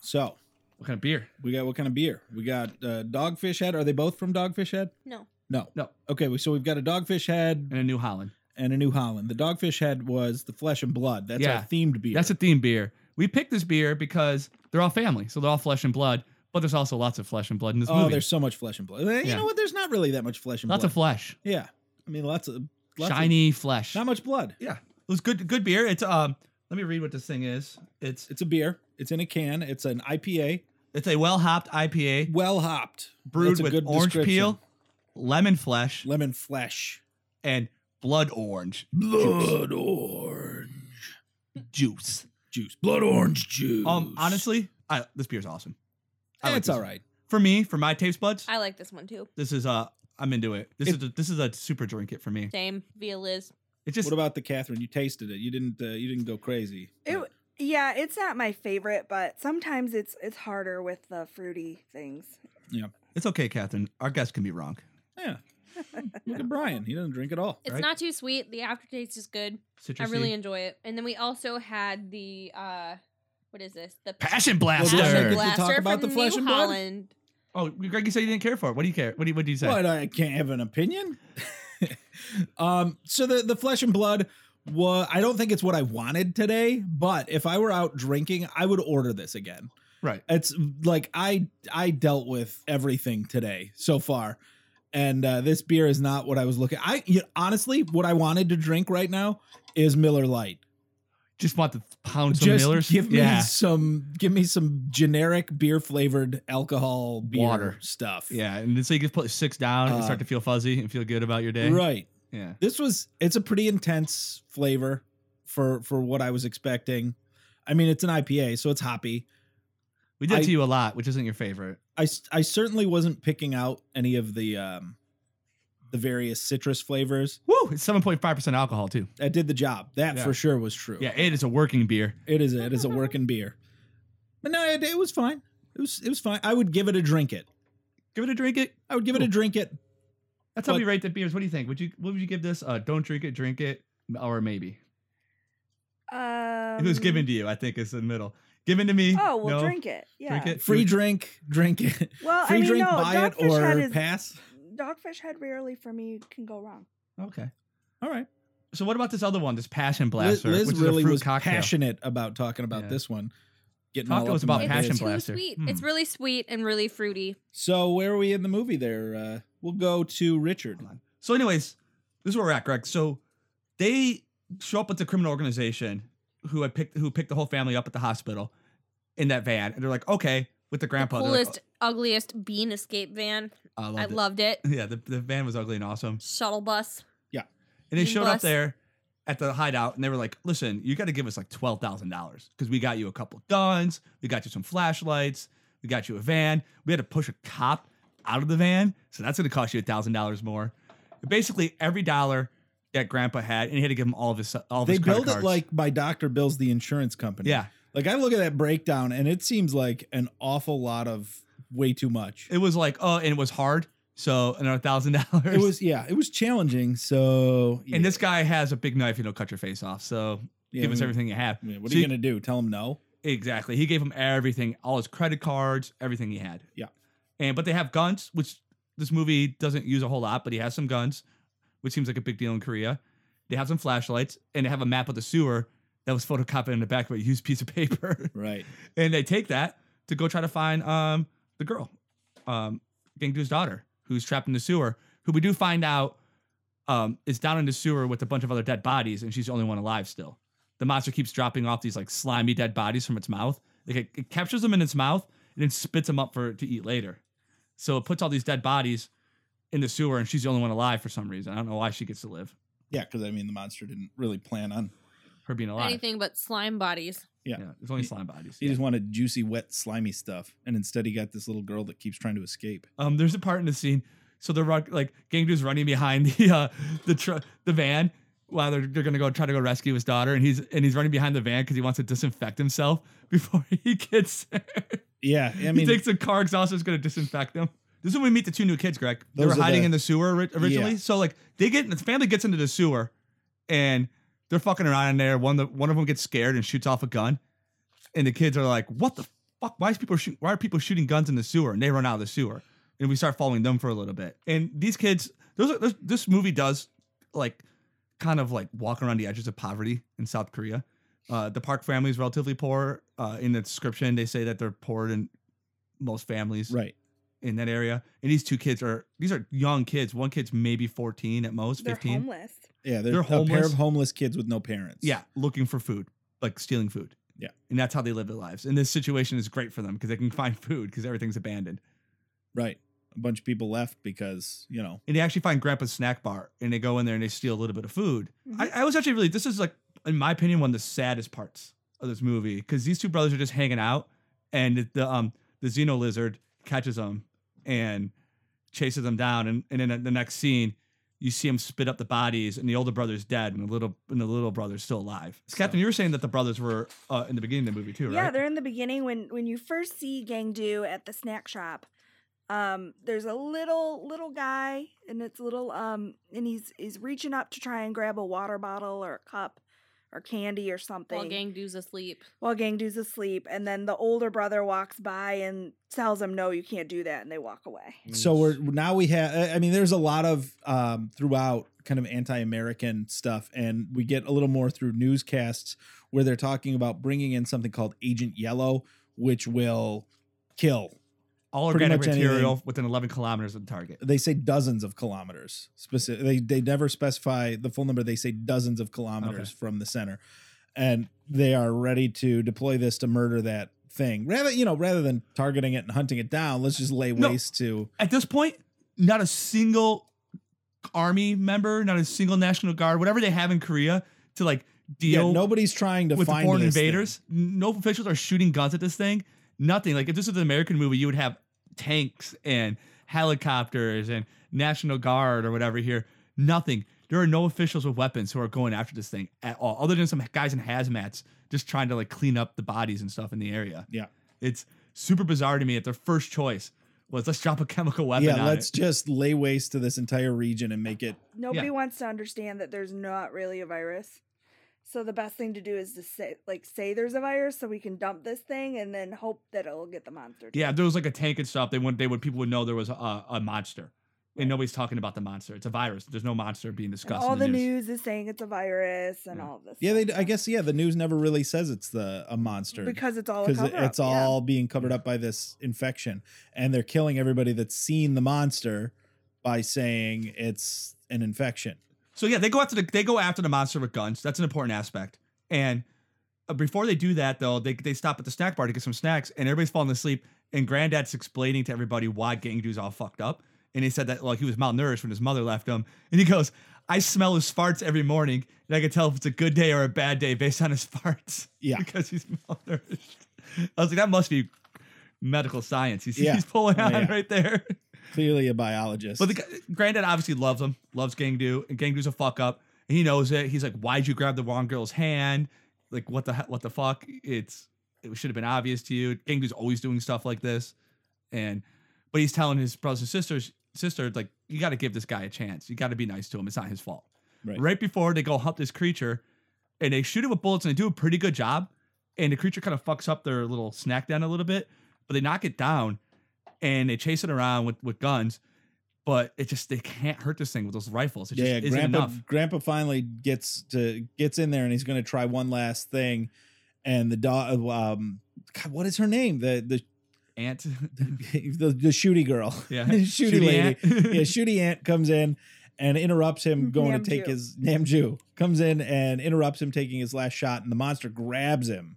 so
What kind of beer?
we got what kind of beer we got uh, dogfish head are they both from dogfish head
No.
no
No,
okay so we've got a dogfish head
and a New Holland.
and a New Holland. The Dogfish Head was the flesh and blood. That's
Yeah.
our themed beer.
That's a theme beer. We picked this beer because they're all family, so they're all flesh and blood. But there's also lots of flesh and blood in this
Oh,
movie.
there's so much flesh and blood. Eh, You
Yeah.
know what? There's not really that much flesh and
lots
blood.
of flesh,
yeah, I mean, lots of lots of-
shiny flesh.
not much blood.
yeah, it was good. Good beer. It's um. Let me read what this thing is. It's
It's a beer. It's in a can. It's an IPA,
it's a well hopped IPA
well hopped,
brewed
That's a
with
good
orange
description.
peel, lemon flesh,
lemon flesh,
and blood orange
blood orange
juice.
juice, blood orange juice. Eh,
Um, honestly, I, this beer's awesome. I like
it's
this.
all right.
for me, for my taste buds.
I like this one too.
this is uh, I'm into it. This
It-
is a, this is a super drink it for me.
Same via Liz.
It's just
What about the Catherine? You tasted it. You didn't. Uh, you didn't go crazy.
It, yeah, it's not my favorite, but sometimes it's it's harder with the fruity things.
it's okay, Catherine. Our guest can be wrong.
Yeah. Look at Brian. He doesn't drink at all.
It's
Right.
not too sweet. The aftertaste is good.
Citrusy.
I really enjoy it. And then we also had the uh what is this? The
passion
Well, do you
blaster.
think it's- talk about
from
the flesh
New
and blood?
Holland.
oh, Greg, you said you didn't care for it. What do you care? What do you, what do you say?
What I can't have an opinion. um, so the the flesh and blood was I don't think it's what I wanted today, but if I were out drinking, I would order this again.
Right.
It's like I I dealt with everything today so far. And uh, this beer is not what I was looking. I you honestly, what I wanted to drink right now is Miller Lite.
Just want to pound some
Just
Millers.
give me
yeah.
some, give me some generic beer flavored alcohol beer
Water.
stuff.
Yeah, and then so you can put six down and
Uh,
start to feel fuzzy and feel good about your day.
right.
Yeah.
this was it's a pretty intense flavor for for what I was expecting. I mean, it's an IPA, so it's hoppy.
We did
I-
to you a lot, which isn't your favorite.
I s- I certainly wasn't picking out any of the um the various citrus flavors.
Woo! It's seven point five percent alcohol too.
That did the job. That
Yeah.
for sure was true.
Yeah, it is a working beer.
It is a, it is a working beer. But no, it, it was fine. It was it was fine. I would give it a drink it.
Give it a drink. It.
I would give it a drink it.
That's how
But-
we rate the beers. What do you think? Would you what would you give this? Uh, don't drink it, drink it, or maybe
Um,
if it was given to you, I think it's in the middle. Given to me.
Oh, well,
no.
drink it. Yeah.
Drink it.
Free drink, drink it.
Well,
Free
I mean,
drink,
no,
buy it
Dogfish Head
or
is
pass.
Dogfish Head rarely for me can go wrong.
Okay.
All right.
So what about this other one? This passion
Liz,
blaster,
Liz
which is
really
a fruit
was
cocktail.
passionate about talking about
Yeah.
this one. Getting
Talk
all
to
up
us
in
about
my
passion
biz.
It's too
blaster.
sweet.
Hmm.
It's really sweet and really fruity.
So where are we in the movie there? Uh, we'll go to Richard.
So, anyways, this is where we're at, Greg. So they show up with the criminal organization who had picked who picked the whole family up at the hospital in that van, and they're like, okay, with the grandpa. they're like,
Coolest, ugliest bean escape van.
"Oh,
I
it."
loved it.
Yeah, the, the van was ugly and awesome.
Shuttle bus.
And they
Bean
showed up
bus.
there at the hideout and they were like, listen, you got to give us like $12,000 because we got you a couple guns. We got you some flashlights. We got you a van. We had to push a cop out of the van. So that's going to cost you $1,000 more. Basically, every dollar that grandpa had, and he had to give him all of his, all of
They
his credit
build it
cards.
like my doctor bills the insurance company.
yeah,
Like I look at that breakdown and it seems like an awful lot of way too much.
it was like, oh, and it was hard. So another $1,000.
It was yeah, it was challenging. So
And this guy has a big knife and he'll cut your face off. So
Yeah,
give
I
us
mean-
everything you have.
Yeah, what
So
are
you-
you gonna do? Tell him no.
Exactly. He gave him everything, all his credit cards, everything he had.
Yeah.
And but they have guns, which this movie doesn't use a whole lot, but he has some guns, which seems like a big deal in Korea. They have some flashlights and they have a map of the sewer that was photocopied in the back of a used piece of paper.
Right.
and they take that to go try to find um the girl, um Gangdu's daughter, who's trapped in the sewer, who we do find out um is down in the sewer with a bunch of other dead bodies, and she's the only one alive still. The monster keeps dropping off these like slimy dead bodies from its mouth. Like it, it captures them in its mouth and then spits them up for to eat later. So it puts all these dead bodies in the sewer, and she's the only one alive for some reason. I don't know why she gets to live.
Yeah, because I mean the monster didn't really plan on.
Her being alive.
Anything but slime bodies.
Yeah, there's only slime bodies.
He
Yeah.
just wanted juicy, wet, slimy stuff, and instead he got this little girl that keeps trying to escape.
Um, there's a part in the scene. So the rock, like gang dude's running behind the uh, the tr- the van while they're, they're gonna go try to go rescue his daughter, and he's and he's running behind the van because he wants to disinfect himself before he gets there.
Yeah, I mean,
he thinks the car exhaust is gonna disinfect him. This is when we meet the two new kids, Greg. They were
Those are
hiding
the-
in the sewer ori- originally.
Yeah.
So like they get the family gets into the sewer, and they're fucking around in there. One of the, one of them gets scared and shoots off a gun, and the kids are like, "What the fuck? Why is people shoot, why are people shooting guns in the sewer?" And they run out of the sewer, and we start following them for a little bit. And these kids, those are, this, this movie does like kind of like walk around the edges of poverty in South Korea. Uh, the Park family is relatively poor. Uh, in the description, they say that they're poor in most families
Right.
in that area. And these two kids are these are young kids. One kid's maybe 14 at most,
They're
15.
homeless.
Yeah, they're,
They're
a pair
homeless.
of homeless kids with no parents.
Yeah, looking for food, like stealing food.
Yeah.
And that's how they live their lives. And this situation is great for them because they can find food because everything's abandoned.
Right. A bunch of people left because, you know,
And they actually find Grandpa's snack bar and they go in there and they steal a little bit of food.
Mm-hmm.
I, I was actually really, this is like, in my opinion, one of the saddest parts of this movie because these two brothers are just hanging out and the um the Xeno lizard catches them and chases them down. And, and then the next scene, you see him spit up the bodies and the older brother's dead and the little and the little brother's still alive. Captain, you were saying that the brothers were uh, in the beginning of the movie too,
Yeah,
right?
they're in the beginning when when you first see Gangdu at the snack shop. Um, there's a little little guy, and it's little um, and he's he's reaching up to try and grab a water bottle or a cup or candy or something
While gang dudes asleep.
while Gangdu's asleep, and then the older brother walks by and tells him, "No, you can't do that," and they walk away.
so we're now we have i I mean there's a lot of um throughout kind of anti-american stuff and we get a little more through newscasts where they're talking about bringing in something called agent yellow which will kill
All
pretty
organic
much
material
anything.
within 11 kilometers of the target.
they say dozens of kilometers specific they, they never specify the full number they say dozens of kilometers from the center and they are ready to deploy this to murder that thing rather you know rather than targeting it and hunting it down let's just lay
No.
waste to
at this point, not a single army member, not a single National Guard, whatever they have in Korea to like deal
yeah, nobody's trying to
with the
find
foreign
this thing.
invaders. No officials are shooting guns at this thing. Nothing. Like if this was an American movie, you would have tanks and helicopters and National Guard or whatever here. Nothing. There are no officials with weapons who are going after this thing at all, other than some guys in hazmats just trying to like clean up the bodies and stuff in the area.
Yeah.
It's super bizarre to me that their first choice was let's drop a chemical weapon.
Yeah,
on
let's
it.
just lay waste to this entire region and make it.
Nobody wants to understand that there's not really a virus. So the best thing to do is to say like say there's a virus so we can dump this thing and then hope that it'll get the monster. to
Yeah, if there was like a tank and stuff, they would they would people would know there was a, a monster. And nobody's talking about the monster. It's a virus. There's no monster being
And
discussed.
all
in
the news. is saying it's a virus and all this.
Yeah,
stuff.
they. I guess yeah. The news never really says it's the a monster
because it's all a
because it-
cover-up,
it's
yeah.
all being covered up by this infection, and they're killing everybody that's seen the monster by saying it's an infection.
So yeah, they go after the they go after the monster with guns. That's an important aspect. And uh, before they do that, though, they they stop at the snack bar to get some snacks, and everybody's falling asleep. And Granddad's explaining to everybody why Gangdu's all fucked up. And he said that like he was malnourished when his mother left him. And he goes, "I smell his farts every morning, and I can tell if it's a good day or a bad day based on his farts.
Yeah.
because he's malnourished. I was like, that must be medical science. He's,
Yeah.
he's pulling
Yeah,
on
yeah.
right there.
Clearly a biologist.
But the guy- granddad obviously loves him, loves Gangdu, and Gangdu's a fuck up. And he knows it. He's like, "Why'd you grab the wrong girl's hand? Like, what the he- what the fuck? It's it should have been obvious to you." Gangdu's always doing stuff like this, and but he's telling his brothers and sisters sister like, "You got to give this guy a chance. You got to be nice to him. It's not his fault."
Right.
before they go hunt this creature, and they shoot it with bullets, and they do a pretty good job. And the creature kind of fucks up their little snack down a little bit, but they knock it down, and they chase it around with with guns but it just they can't hurt this thing with those rifles. It just
yeah,
isn't
grandpa.
enough.
Grandpa finally gets to gets in there and he's going to try one last thing, and the dog. Um, God, what is her name? The the
Ant,
the, the shooty girl.
yeah,
shooty, lady.
ant.
yeah, shooty ant comes in and interrupts him going to take
Namju.
his Namju comes in and interrupts him taking his last shot, and the monster grabs him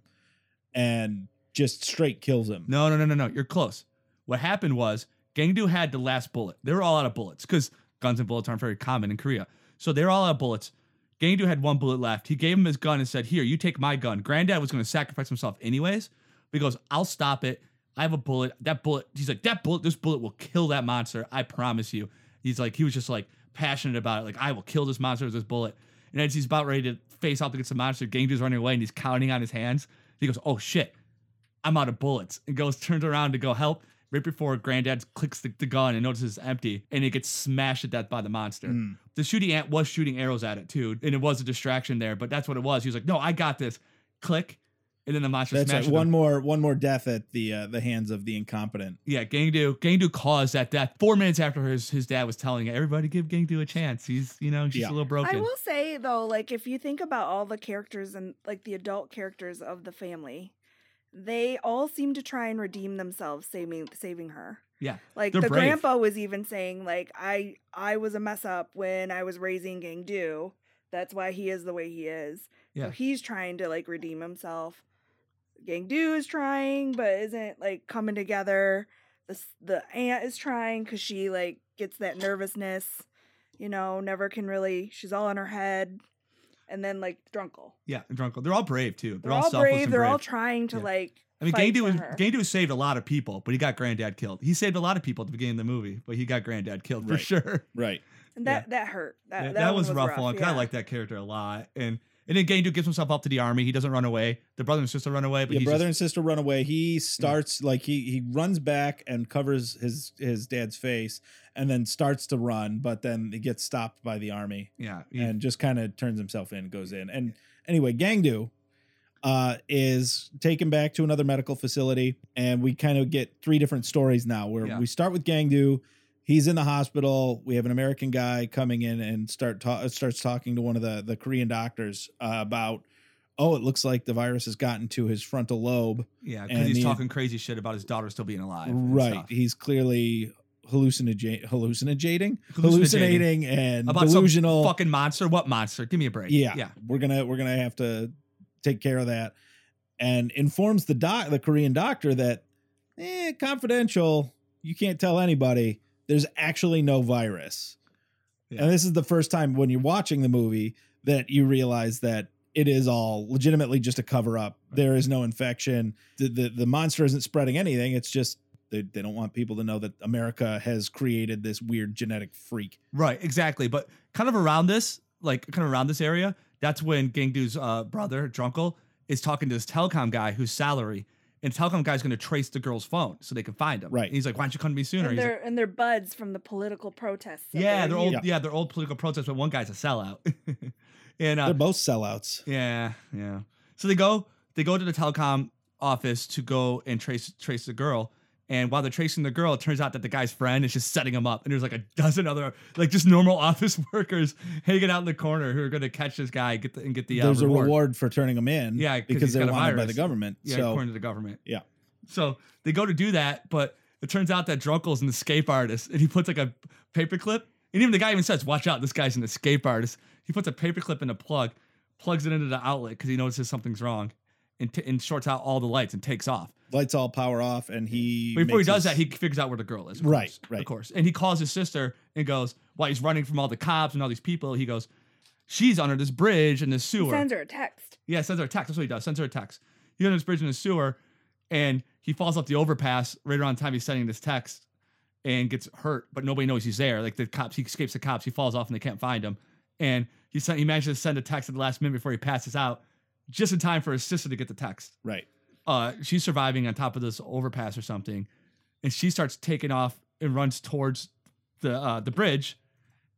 and just straight kills him.
No, no, no, no, no. You're close. What happened was Gangdu had the last bullet. They were all out of bullets because guns and bullets aren't very common in Korea. So they're all out of bullets. Gangdu had one bullet left. He gave him his gun and said, Here, you take my gun. Granddad was going to sacrifice himself anyways because I'll stop it. I have a bullet. That bullet, he's like, That bullet, this bullet will kill that monster. I promise you. He's like, He was just like passionate about it. Like, I will kill this monster with this bullet. And as he's about ready to face off against the monster, Gangdu's running away and he's counting on his hands. He goes, Oh shit. I'm out of bullets and goes turns around to go help right before granddad clicks the, the gun and notices it's empty and it gets smashed to death by the monster.
Hmm.
The shooting ant was shooting arrows at it too, and it was a distraction there, but that's what it was. He was like, No, I got this. Click. and then the monster
That's right.
smashes
One
him.
more one more death at the uh, the hands of the incompetent.
Yeah, Gangdu. Gangdu caused that death four minutes after his his dad was telling everybody give Gangdu a chance. He's you know he's just
Yeah.
a little
I
broken.
will say though, like if you think about all the characters and like the adult characters of the family, they all seem to try and redeem themselves saving saving her.
Yeah,
Like
they're
the
brave.
grandpa was even saying, like, I I was a mess up when I was raising Gang Do. That's why he is the way he is.
Yeah.
So he's trying to like redeem himself. Gang Do is trying, but isn't like coming together. The s- the aunt is trying because she like gets that nervousness, you know, never can really. She's all in her head, and then like Drunkle.
Yeah, and Drunkle. They're all brave too. They're,
They're, all
selfless
brave.
and
They're all
brave.
trying to
Yeah.
like.
I mean,
fight
Gangdu
for
was
her.
Gangdu saved a lot of people, but he got Granddad killed. He saved a lot of people at the beginning of the movie, but he got Granddad killed for
Right.
sure.
Right.
And that that hurt. Uh, That,
Yeah, that,
one
was a rough, one because
yeah.
I like that character a lot. And and then Gangdu gives himself up to the army. He doesn't run away. The brother and sister run away, but
Your
he's
brother
just-
and sister run away. He starts like he he runs back and covers his his dad's face and then starts to run, but then he gets stopped by the army
yeah, he-
and just kind of turns himself in, goes in. And anyway, Gangdu uh is taken back to another medical facility and we kind of get three different stories now where
Yeah.
we start with Gangdu He's in the hospital. We have an American guy coming in and start ta- starts talking to one of the the Korean doctors uh, about, oh, it looks like the virus has gotten to his frontal lobe,
yeah, because
and
he's
the-
talking crazy shit about his daughter still being alive. and
Right.
stuff.
He's clearly hallucinating, hallucinating,
Hallucinating.
hallucinating, and
About
delusional.
some fucking monster. What monster? Give me a break.
yeah,
yeah.
We're gonna we're gonna have to take care of that, and informs the doc, the Korean doctor, that eh, confidential. You can't tell anybody. There's actually no virus,
Yeah.
and this is the first time when you're watching the movie that you realize that it is all legitimately just a cover up. There is no infection. The, the the monster isn't spreading anything. It's just they, they don't want people to know that America has created this weird genetic freak.
Right, exactly. But kind of around this, like kind of around this area, that's when Gangdu's uh, brother, Drunkle, is talking to this telecom guy who's salary. And telecom guy's going to trace the girl's phone so they can find him.
Right.
And he's like, why don't you come to me sooner?
And
he's
they're
like,
and they're buds from the political protests. that
yeah, they're old. Yeah.
Yeah.
they're old political protests, but one guy's a sellout. and uh,
They're both sellouts.
yeah, yeah. So they go, they go to the telecom office to go and trace trace the girl. And while they're tracing the girl, it turns out that the guy's friend is just setting him up. And there's like a dozen other, like just normal office workers hanging out in the corner who are going to catch this guy get the, and get the uh,
There's a
reward.
reward for turning them in.
Yeah, 'cause he's
because they're
got a
wanted by
virus.
the government.
Yeah,
so
according to the government.
Yeah.
So they go to do that, but it turns out that Drunkle's an escape artist, and he puts like a paperclip. And even the guy even says, "Watch out, this guy's an escape artist." He puts a paperclip in a plug, plugs it into the outlet because he notices something's wrong, and, t- and shorts out all the lights and takes off.
lights all power off, and he
But before he
makes
does
his-
that, he figures out where the girl is. of
Right,
course, Of
right.
course. And he calls his sister and goes, "While he's running from all the cops and all these people, he goes." She's under this bridge in this
He
sewer.
sends her a text.
Yeah, sends her a text. That's what he does. Sends her a text. He's under this bridge in the sewer, and he falls off the overpass right around the time he's sending this text, and gets hurt. But nobody knows he's there. Like the cops, he escapes the cops. He falls off, and they can't find him. And he sent, he manages to send a text at the last minute before he passes out, just in time for his sister to get the text.
right.
Uh, she's surviving on top of this overpass or something, and she starts taking off and runs towards the uh, the bridge,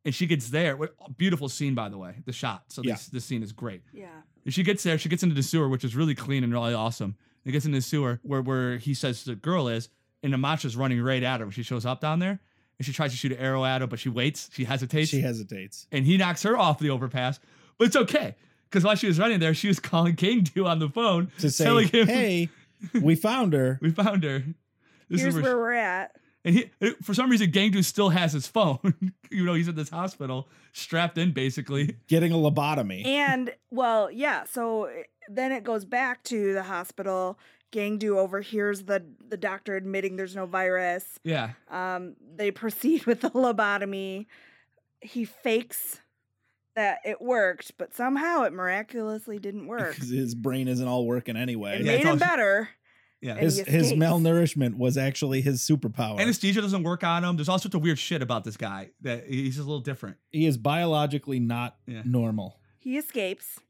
and she gets there. What beautiful scene, by the way, the shot. So
Yeah.
this this scene is great.
Yeah.
And she gets there. She gets into the sewer, which is really clean and really awesome. And gets into the sewer where where he says the girl is, and Amasha's running right at her when she shows up down there. And she tries to shoot an arrow at her, but she waits. She hesitates,
She hesitates.
and he knocks her off the overpass. But it's okay because while she was running there, she was calling King Dew on the phone
to say,
telling him,
"Hey, we found her."
we found her." This
Here's
is where,
where we're at.
and he, it- for some reason, Gangdu still has his phone. you know, he's at this hospital, strapped in basically.
Getting a lobotomy.
And well, yeah. So it- then it goes back to the hospital. Gang do overhears the the doctor admitting there's no virus.
Yeah,
Um, they proceed with the lobotomy. He fakes that it worked, but somehow it miraculously didn't work.
Because his brain isn't all working anyway.
It
Yeah, it's
made
all-
him better.
yeah.
And
His
he
his
escapes.
malnourishment was actually his superpower.
Anesthesia doesn't work on him. There's all sorts of weird shit about this guy that he's just a little different.
he is biologically not
Yeah.
normal.
He escapes,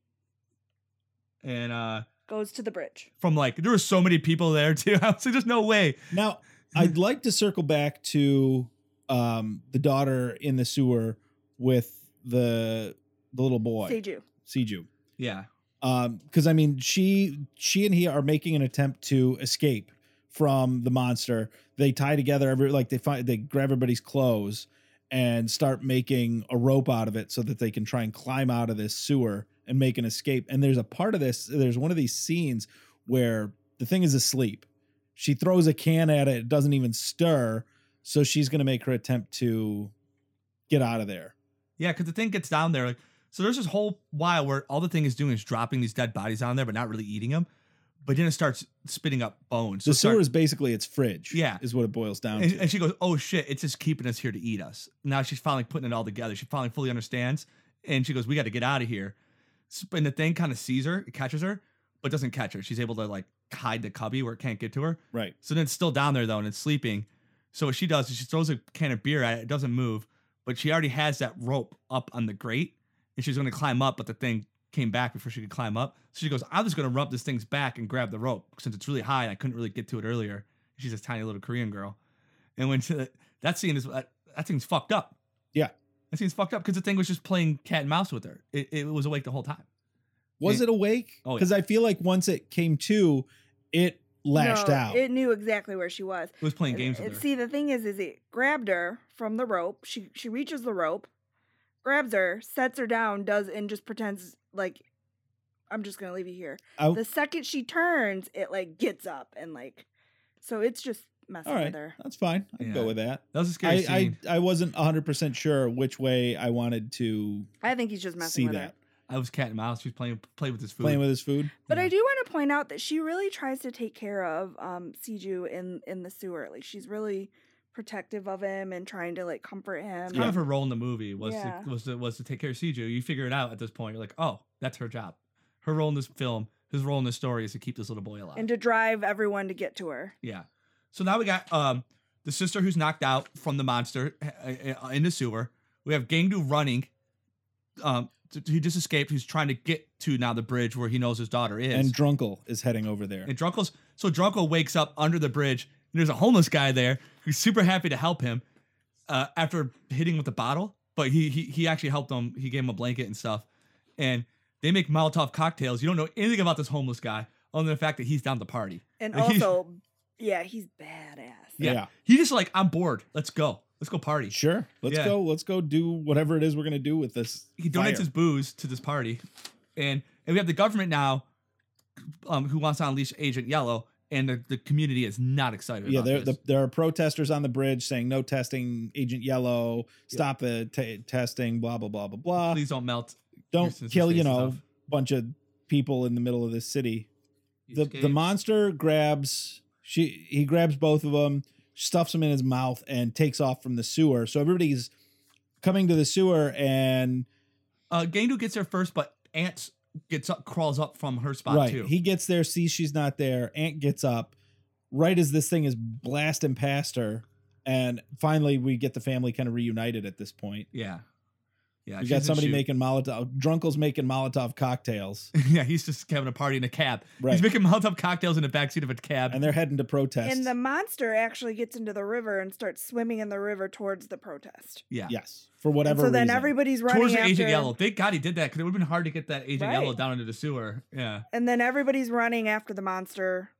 And uh
goes to the bridge.
from like there were so many people there too. I was like, there's no way.
Now, I'd like to circle back to um, the daughter in the sewer with the the little boy
Seiju.
Siju.
Yeah.
because Um, I mean, she she and he are making an attempt to escape from the monster. They tie together every like they find they grab everybody's clothes and start making a rope out of it so that they can try and climb out of this sewer and make an escape. And there's a part of this. There's one of these scenes where the thing is asleep. She throws a can at it. It doesn't even stir. So she's going to make her attempt to get out of there.
Yeah, because the thing gets down there. Like, so there's this whole while where all the thing is doing is dropping these dead bodies on there, but not really eating them. But then it starts spitting up bones. So it
the
starts-
sewer is basically its fridge.
Yeah.
is what it boils down
and,
to.
and she goes, "Oh shit! It's just keeping us here to eat us." Now she's finally putting it all together. She finally fully understands, and she goes, "We got to get out of here." S- And the thing kind of sees her, it catches her, but doesn't catch her. She's able to like hide the cubby where it can't get to her.
Right.
So then it's still down there though, and it's sleeping. So what she does is she throws a can of beer at it. It doesn't move, but she already has that rope up on the grate, and she's going to climb up, but the thing came back before she could climb up. So she goes, "I'm just going to rub this thing's back and grab the rope since it's really high and I couldn't really get to it earlier." She's this tiny little Korean girl, and when she, that scene is that, that scene's fucked up.
Yeah.
that scene's fucked up because the thing was just playing cat and mouse with her. It, it was awake the whole time.
Was
Yeah.
it awake?
Oh, yeah.
Because I feel like once it came to, it lashed
No,
out.
It knew exactly where she was.
It was playing games
And-
with her.
See, the thing is, is it grabbed her from the rope. She she reaches the rope, grabs her, sets her down, does, and just pretends like I'm just gonna leave you here.
I-
The second she turns, it like gets up and like, so it's just messing
all right,
with her.
that's fine. I can
Yeah.
go with that.
That was a scary scene.
I, I I wasn't 100% sure which way I wanted to
I think he's just messing
see
with
that.
her.
I was cat and mouse. She was playing playing with his food.
Playing with his food.
But
Yeah.
I do want to point out that she really tries to take care of um Siju in in the sewer. Like she's really protective of him and trying to like comfort him.
It's kind of her role in the movie was
Yeah.
to, was to, was to take care of Siju. You figure it out at this point. You're like, oh, that's her job. Her role in this film, his role in this story is to keep this little boy alive.
and to drive everyone to get to her.
Yeah. So now we got um the sister who's knocked out from the monster uh, uh, in the sewer. We have Gangdu running. Um, t- he just escaped. He's trying to get to now the bridge where he knows his daughter is.
And Drunkle is heading over there.
And Drunkle's so Drunkle wakes up under the bridge, and there's a homeless guy there who's super happy to help him uh, after hitting with the bottle. But he, he he actually helped him. He gave him a blanket and stuff. And they make Molotov cocktails. You don't know anything about this homeless guy other than the fact that he's down to party.
And
Like, he's-
also, yeah, he's badass.
Yeah.
Yeah.
He just like I'm bored. Let's go. Let's go party.
Sure. Let's
Yeah.
go. Let's go do whatever it is we're going to do with this.
He donates
fire.
his booze to this party, and and we have the government now, um, who wants to unleash Agent Yellow, and the, the community is not excited.
Yeah,
about
there
this.
the, there are protesters on the bridge saying no testing, Agent Yellow, stop the t- testing, blah blah blah blah blah.
please don't melt.
Don't
Houston's
kill, you
space
know,
stuff.
bunch of people in the middle of this city. the the
Escape.
monster grabs she he grabs both of them stuffs them in his mouth and takes off from the sewer so everybody's coming to the sewer and
Uh, Gangdu gets there first, but Ants gets up, crawls up from her spot
right
too.
he gets there sees she's not there ant gets up right as this thing is blasting past her and finally we get the family kind of reunited at this point
yeah, yeah.
we
she's in
got somebody
shoot.
making molotov drunkle's making molotov cocktails
yeah, he's just having a party in a cab.
Right.
He's making Molotov cocktails in the backseat of a cab.
and they're heading to protest
And the monster actually gets into the river and starts swimming in the river towards the protest.
yeah.
yes for
And
whatever
so then
reason.
everybody's running
Towards the
after
Agent Yellow. Thank God he did that because it would have been hard to get that Agent Yellow
Right.
down into the sewer. Yeah.
And then everybody's running after the monster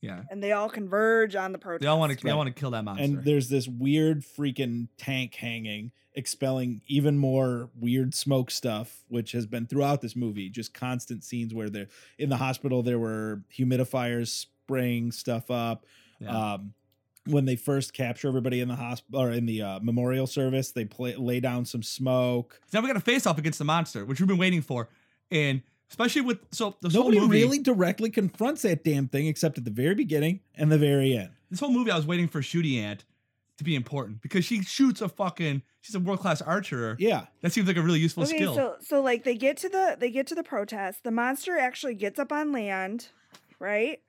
Yeah.
and they all converge on the protest.
They all want to. They
Right.
all want to kill that monster.
and there's this weird freaking tank hanging expelling even more weird smoke stuff which has been throughout this movie just constant scenes where they're in the hospital there were humidifiers spraying stuff up
Yeah.
um when they first capture everybody in the hospital or in the uh, memorial service they play lay down some smoke
So now we got to face off against the monster, which we've been waiting for, and especially with so this
nobody
whole movie.
really directly confronts that damn thing except at the very beginning and the very end
this whole movie, I was waiting for Shooty Ant to be important because she shoots a fucking. She's a world class archer.
yeah
That seems like a really useful
okay,
skill.
so so like they get to the they get to the protest. The monster actually gets up on land, right?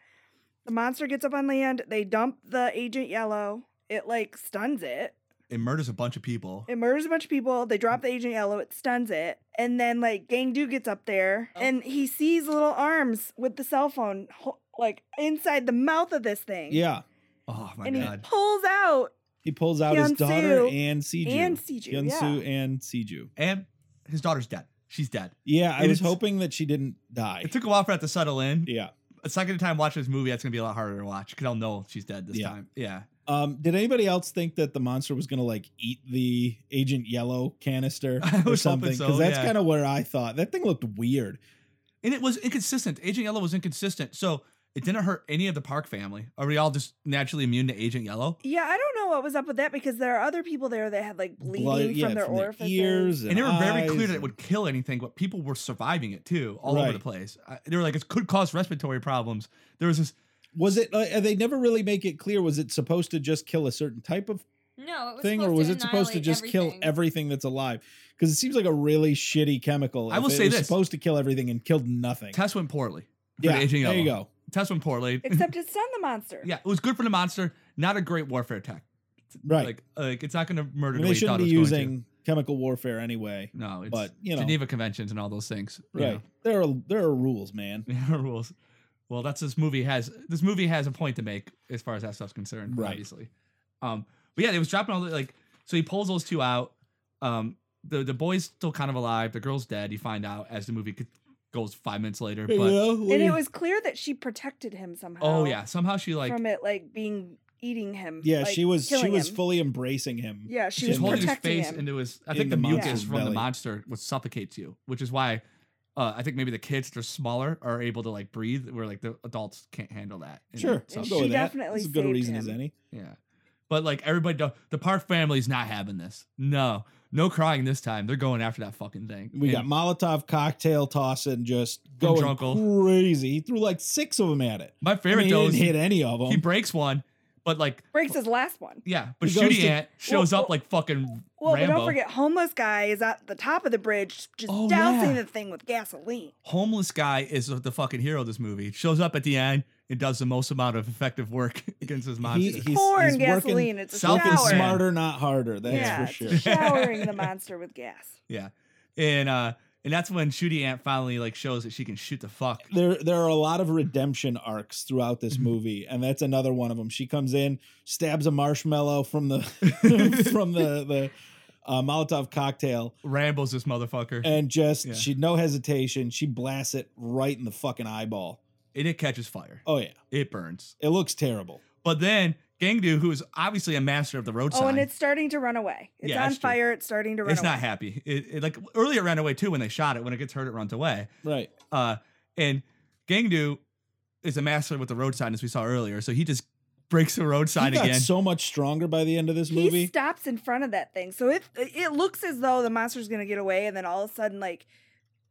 The monster gets up on land. They dump the Agent Yellow. It like stuns it.
it murders a bunch of people.
It murders a bunch of people. They drop the Agent Yellow. It stuns it. And then, like, Gang Du gets up there and he sees little arms with the cell phone, ho- like, inside the mouth of this thing.
yeah
Oh my
and he
god!
pulls out
he pulls out his daughter
Hyun-soo
and Siju.
and Siju,
Hyun-soo and Siju.
and his daughter's dead. she's dead.
Yeah, I
And
was
it's-
hoping that she didn't die.
It took a while for that to settle in.
yeah.
A second time watching this movie, that's gonna be a lot harder to watch because I'll know she's dead this
Yeah.
time. Yeah.
Um, did anybody else think that the monster was gonna like eat the Agent Yellow canister
I was
or
hoping
something?
so,
Because that's
yeah.
kind of where I thought that thing looked weird.
And it was inconsistent. Agent Yellow was inconsistent. So it didn't hurt any of the Park family. Are we all just naturally immune to Agent Yellow?
Yeah, I don't know what was up with that because there are other people there that had like bleeding
Blood- yeah,
from their orifices.
ears, and,
And they were very
eyes
clear that
and-
it would kill anything, but people were surviving it too, all over the
Right.
place. I, they were like, it could cause respiratory problems. There was this,
Was it? Uh, they never really make it clear. Was it supposed to just kill a certain type of
No, it was
thing, or
supposed
was
to
it supposed to
annihilate
just kill
everything.
everything that's alive? Because it seems like a really shitty chemical.
I
if
will
it
say
was
this.
supposed to kill everything and killed nothing.
test went poorly. for
yeah,
the Agent
there you
Yellow.
go.
Test went poorly.
Except it stunned the monster.
yeah, it was good for the monster, not a great warfare tech.
Right.
Like, like it's not going to murder
I
the
mean,
way
they
you thought
shouldn't be
it was going to.
using chemical warfare anyway.
No, it's
but, you know.
Geneva Conventions and all those things. you
Right.
know.
There are there are rules, man.
Yeah, rules. Well, that's this movie has this movie has a point to make as far as that stuff's concerned,
Right.
obviously. Um, but yeah, they was dropping all the like so he pulls those two out. Um, the the boy's still kind of alive, the girl's dead. You find out as the movie co- goes five minutes later,
You
but
know,
And
we-
it was clear that she protected him somehow.
oh yeah, somehow she like
from it like being eating him.
yeah,
like,
she was she
killing
was
him.
fully embracing him.
Yeah, she
she's
was
in
holding his
protecting
face
him.
into his. I
In
think the,
the
mucus
monster's
from the
belly.
monster what suffocates you, which is why. Uh, I think maybe the kids that are smaller are able to like breathe, where like the adults can't handle that. And
Sure,
so-
I'll
And
go
she
with that.
definitely
That's as good a
saved
reason as
him.
any.
Yeah. But like everybody, do- the Park family's not having this. No, no crying this time. They're going after that fucking thing.
We got
And
Molotov cocktail tossing, just
From
going
Drunkle.
crazy. He threw like six of them at it.
my
I mean,
favorite
he
though
didn't
is
hit
he,
any of them.
breaks one, but like
Breaks his last one.
yeah, but
He goes
Shooty
to-
Ant shows
well,
up like fucking
Well,
Rambo.
but don't forget, homeless guy is at the top of the bridge, just
Oh,
dousing
yeah.
the thing with gasoline.
Homeless guy is the fucking hero of this movie. Shows up at the end and does the most amount of effective work against this monster.
He- he's-
Pouring
he's working
gasoline. It's a
south
shower.
and
Smarter, not harder. That's
yeah,
for
it's
sure.
showering the monster with gas.
yeah, and uh, and that's when Shooty Ant finally like shows that she can shoot the fuck.
There, there are a lot of redemption arcs throughout this
Mm-hmm.
movie, and that's another one of them. She comes in, stabs a marshmallow from the from the the uh, Molotov cocktail,
Rambles this motherfucker,
and just
Yeah.
she no hesitation, she blasts it right in the fucking eyeball.
and it catches fire.
Oh yeah,
It burns.
it looks terrible.
But then Gangdu, who is obviously a master of the road sign,
Oh, and it's starting to run away. It's
Yeah,
on
that's true.
fire. It's starting to run
it's
away.
not happy. It, it- like earlier it ran away too when they shot it. When it gets hurt, it runs away.
Right.
Uh, and Gangdu is a master with the road sign, as we saw earlier. So he just breaks the road
He
sign
got
again.
so much stronger by the end of this
he
movie.
stops in front of that thing, so it it looks as though the monster's gonna get away, and then all of a sudden, like,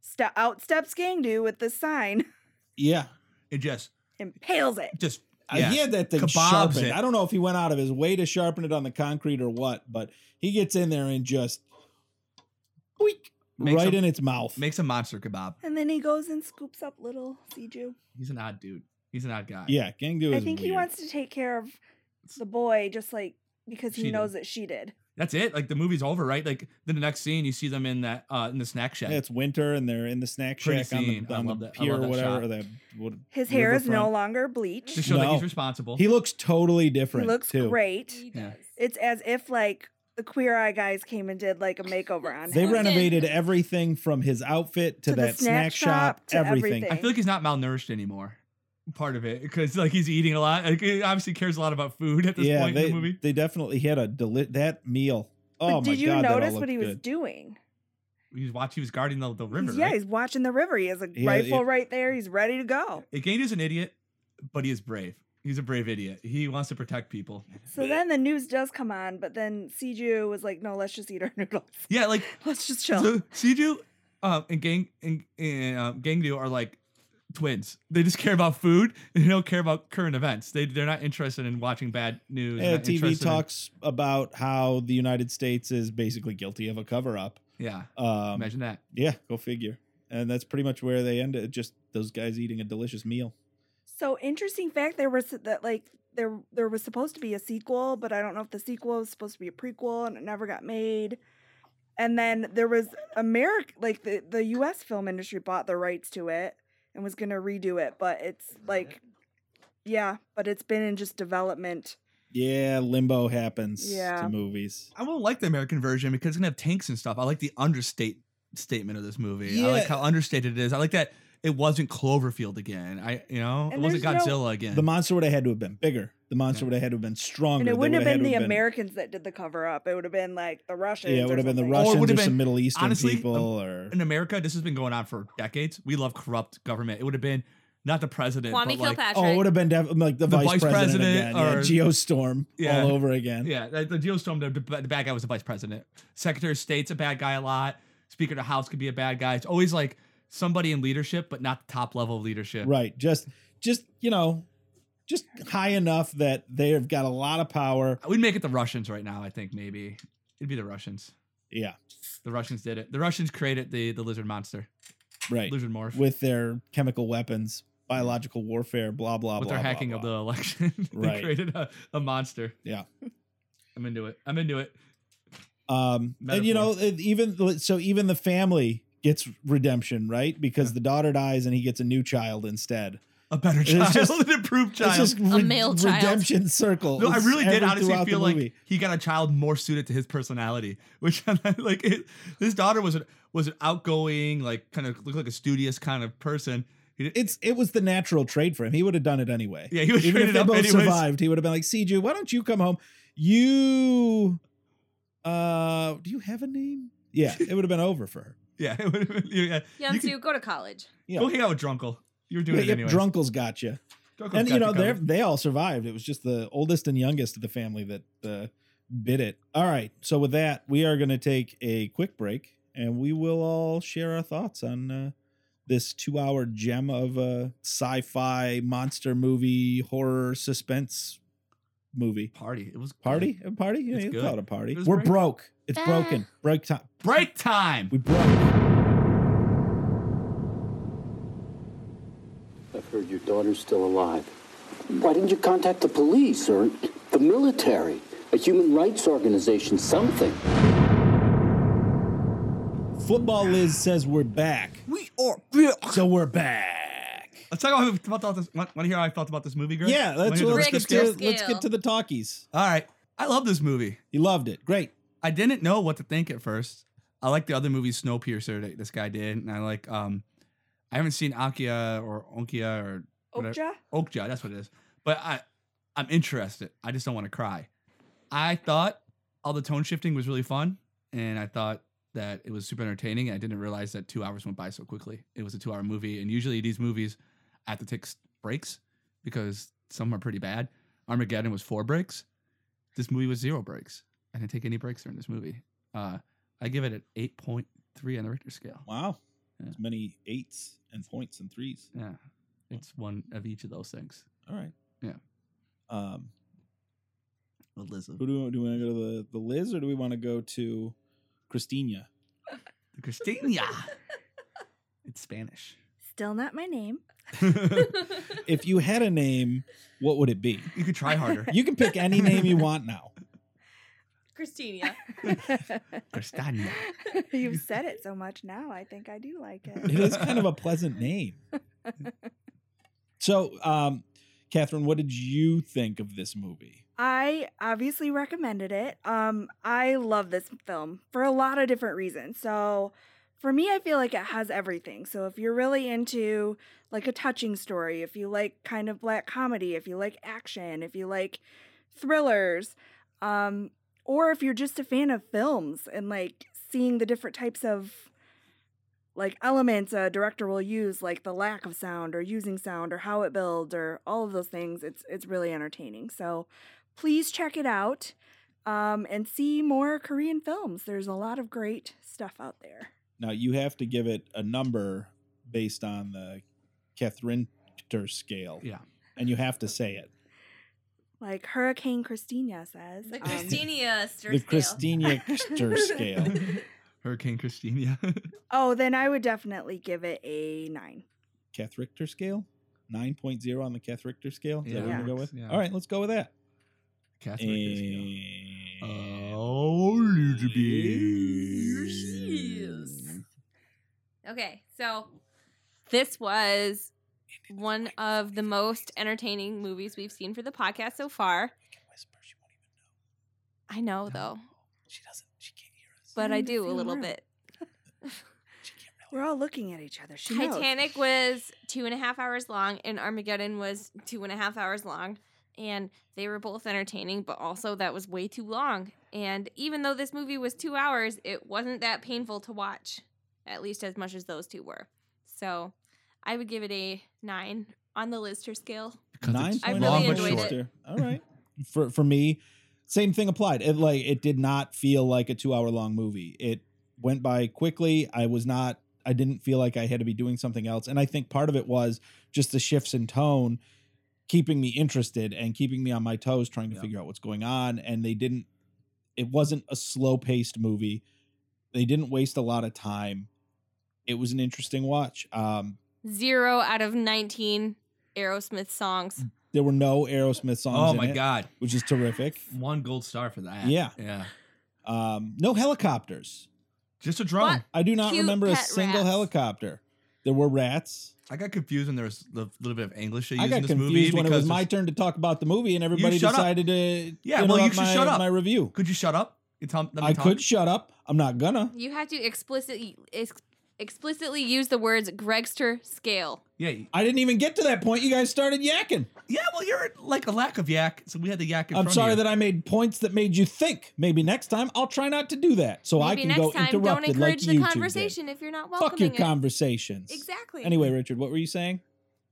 st- out steps Gangdu with the sign,
yeah.
it just,
impales it.
just
Uh,
yeah.
He had that thing
Kebabs
sharpened.
it.
I don't know if he went out of his way to sharpen it on the concrete or what, but he gets in there and just boink,
Makes
right
a-
in its mouth.
makes a monster kebab.
And then he goes and scoops up little Siju.
He's an odd dude. He's an odd guy.
yeah, Gangdu is
I think he
weird.
wants to take care of the boy, just like because he
She did.
knows that she did.
that's it. Like the movie's over, right? Like then the next scene, you see them in that uh in the snack shack.
Yeah, it's winter and they're in the snack
Pretty
shack on
scene. I
the, on
love
the
that- I
pier
love
or
that shot.
whatever. or that- what-
His hair is no
riverfront.
longer bleached.
to show that he's
No.
responsible.
He looks totally different.
He looks
too.
great.
He
Yeah.
does.
It's as if like the queer eye guys came and did like a makeover on
They
him.
renovated everything from his outfit to,
To the
that snack,
snack shop,
shop,
to
everything.
I feel like he's not malnourished anymore. Part of it because like he's eating a lot. Like, he obviously cares a lot about food at this
Yeah,
point
they,
in the movie.
they definitely he had a deli- that meal. Oh
but
my
did you
god! that all
notice what
looked
he was
good.
doing?
He was watching. He was guarding the, the river.
He's- yeah,
right?
he's watching the river. He has a
Yeah,
rifle
yeah.
right there. He's ready to go.
Gaindu's an idiot, but he is brave. He's a brave idiot. He wants to protect people.
So then the news does come on, but then Siju was like, "No, let's just eat our noodles.
Yeah, like
Let's just chill."
so Siju um, and Gang and, and um, Gangdu are like twins. They just care about food. And they don't care about current events. They they're not interested in watching bad news.
Yeah,
not
TV
interested in-
talks about how the United States is basically guilty of a cover up.
yeah,
Um,
imagine that.
yeah, go figure. And that's pretty much where they end it. Just those guys eating a delicious meal.
So interesting fact there was that like there there was supposed to be a sequel, but I don't know if the sequel was supposed to be a prequel and it never got made. And then there was America like the the US film industry bought the rights to it and was going to redo it, but it's like yeah, but it's been in just development.
Yeah, limbo happens
Yeah.
to movies.
I won't like the American version because it's gonna have tanks and stuff. I like the understate statement of this movie.
Yeah.
I like how understated it is. I like that it wasn't Cloverfield again. I you know
And
it wasn't
there's no-
Godzilla again.
The monster would have had to have been bigger. The monster would have had to have been stronger.
And
They
it wouldn't
would
have been
had
the
to
Americans that did the cover up. It would have been like the Russians.
Yeah, it
or
would have been the
something.
Or Oh, it
Russians
would
or,
have
some
been-
Middle Eastern
honestly, um,
people or
in America, this has been going on for decades. We love corrupt government. It would have been not the president,
Kwame
but like
Kilpatrick.
oh, it would have been def- like the, vice, president, again. yeah,
or-
Geostorm
Yeah.
all over again.
yeah, the, the Geostorm. The, the bad guy was the vice president. Secretary of State's a bad guy a lot. Speaker of the House could be a bad guy. It's always like somebody in leadership, but not the top level of leadership.
Right. Just just you know, just high enough that they have got a lot of power.
We'd make it the Russians right now. I think maybe it'd be the Russians.
Yeah.
The Russians did it. The Russians created the the lizard monster,
Right.
lizard morph, with,
With their chemical weapons, biological warfare, blah blah blah.
their
blah,
hacking
blah.
of the election. they
Right.
created a, a monster.
Yeah.
I'm into it. I'm into it.
um and you know
Metaphor.
it- even so even the family gets redemption, right? Because the daughter dies and he gets a new child instead.
A better
It's
child,
just-
an improved child.
It's just re-
male child.
redemption circle.
No, I
It's
really did
every-
honestly
throughout the
feel like
movie.
he got a child more suited to his personality, which like it, his daughter was an, was an outgoing, like kind of looked like a studious kind of person. He did,
it's it was the natural trade for him. He would have done it anyway.
Yeah, he would've
Even if
traded
they
up
both
anyways.
survived, he would have been like, "Siju, why don't you come home? You, uh, do you have a name? Yeah, it would have been over for her.
yeah, it would've been- yeah.
Young
you could
Soo, go to college.
Yeah,
go hang out with Drunkle. You were doing it
Yep,
anyway.
Drunkle's got you, and you know they they all survived. It was just the oldest and youngest of the family that uh, bit it. All right, so with that, we are going to take a quick break, and we will all share our thoughts on. Uh, this two-hour gem of a sci-fi monster movie, horror suspense movie.
party. It was
Party? A party? Yeah,
It's
you
good.
call it a party.
It was
We're
break-
broke. It's broken. Break time.
break time.
We broke.
I've heard your daughter's still alive. Why didn't you contact the police or the military, a human rights organization, something?
Football Liz says we're back.
We are.
So we're back.
Let's talk about how I felt about this. Want to hear how I felt about this movie, Greg?
Yeah,
Wanna
let's,
hear the
let's,
rest of
get
the scale?
to, let's get to the talkies.
All right, I love this movie.
He loved it. Great.
I didn't know what to think at first. I like the other movie Snowpiercer that this guy did, and I like um I haven't seen Akia or Onkia or whatever-
Okja?
Okja, that's what it is. But I I'm interested. I just don't want to cry. I thought all the tone shifting was really fun, and I thought that it was super entertaining. I didn't realize that two hours went by so quickly. It was a two hour movie, and usually these movies I have to take s- breaks because some are pretty bad. Armageddon was four breaks. This movie was zero breaks. I didn't take any breaks during this movie. Uh, I give it an eight point three on the Richter scale.
Wow.
Yeah.
As many eights and points and threes.
Yeah, it's one of each of those things.
All right.
Yeah.
Um,
Elizabeth,
who do, do we want to go to the, the Liz or do we want to go to Christina?
Christina. it's Spanish.
Still not my name.
you
If you had a name, what would it be?
could try harder.
You can pick any name you want now.
Christina.
Christina.
You've said it so much now. I think I do like
It
it.
is kind of a pleasant name. So, um, Catherine, what did you think of this movie?
I obviously recommended it. Um, I love this film for a lot of different reasons. So, for me, I feel like it has everything. So, if you're really into like a touching story, if you like kind of black comedy, if you like action, if you like thrillers, um, or if you're just a fan of films and like seeing the different types of like elements a director will use like the lack of sound or using sound or how it builds or all of those things it's it's really entertaining so please check it out um, and see more korean films there's a lot of great stuff out there
Now, you have to give it a number based on the Catherine scale,
Yeah.
and you have to say it.
like hurricane christina says
The
um,
Christina stir
the
scale.
Christina scale.
Hurricane Christina.
oh then i would definitely give it a nine
Kath Richter scale? 9.0 on the Kath Richter scale? Is that what
Yeah.
we go with?
Yeah.
All right, let's go with that.
Catherine Christina.
And...
Oh,
Yes. Okay, so this was one of the most entertaining movies we've seen for the podcast so far.
Whisper, she won't even know.
I know though,
She doesn't. She can't hear us.
but I
in the
do a
same
little
room.
bit.
We're all looking at each other. She knows.
Titanic was two and a half hours long, and Armageddon was two and a half hours long. And they were both entertaining, but also that was way too long. And even though this movie was two hours, it wasn't that painful to watch, at least as much as those two were. So I would give it a nine on the Lister scale.
Because
Nine
it's
I
point
really
long
long but
enjoyed
short.
it.
All right. For for me, same thing applied. It like it did not feel like a two hour long movie. It went by quickly. I was not. I didn't feel like I had to be doing something else. And I think part of it was just the shifts in tone, keeping me interested and keeping me on my toes, trying to
Yeah.
figure out what's going on. And they didn't. It wasn't a slow paced movie. They didn't waste a lot of time. It was an interesting watch. Um,
Zero out of 19 Aerosmith songs.
Mm.
there were no Aerosmith songs.
Oh
in
my
it,
god,
which is terrific.
one gold star for that.
Yeah.
yeah.
Um, no helicopters.
Just a drone.
What?
I do not
Cute
remember a
pet
single
rats.
helicopter. There were rats.
I got confused when there was a little bit of English they
I
used in
got
this movie
confused when it
because
was my turn to talk about the movie, and everybody
shut up.
decided to
Yeah, well, you
interrupt
should
my,
shut up.
my review.
could you shut up? You tell, let me
I
talk.
could shut up. I'm not gonna.
You have to explicitly ex- explicitly use the words Gregster scale.
yeah, you-
I didn't even get to that point. You guys started yakking.
yeah. Well, you're like a lack of yak, so we had the yak. In
I'm
front
sorry
of you.
that I made points that made you think. Maybe next time I'll try not to do that, so I
Maybe
can
next
go
time, don't
interrupted like
encourage
you
the
two did.
conversation if you're not welcoming
Fuck your
it.
conversations.
Exactly.
Anyway, Richard, what were you saying?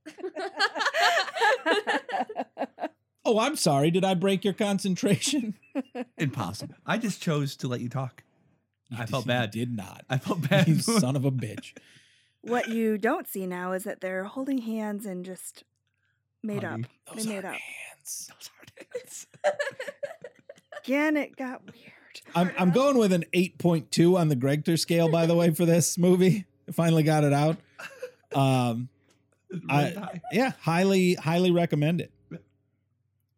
Oh, I'm sorry. Did I break your concentration?
impossible. I just chose to let you talk. I felt
You
bad.
Did not.
I felt bad.
You son of a bitch.
what you don't see now is that they're holding hands and just made
Honey,
up. They made up.
hands.
Those aren't hands.
Again, it got weird.
I'm, I'm going with an 8.2 on the Gregter scale, by the way, for this movie. I finally got it out. Um,
It's really
I,
high.
yeah, highly, highly recommend it.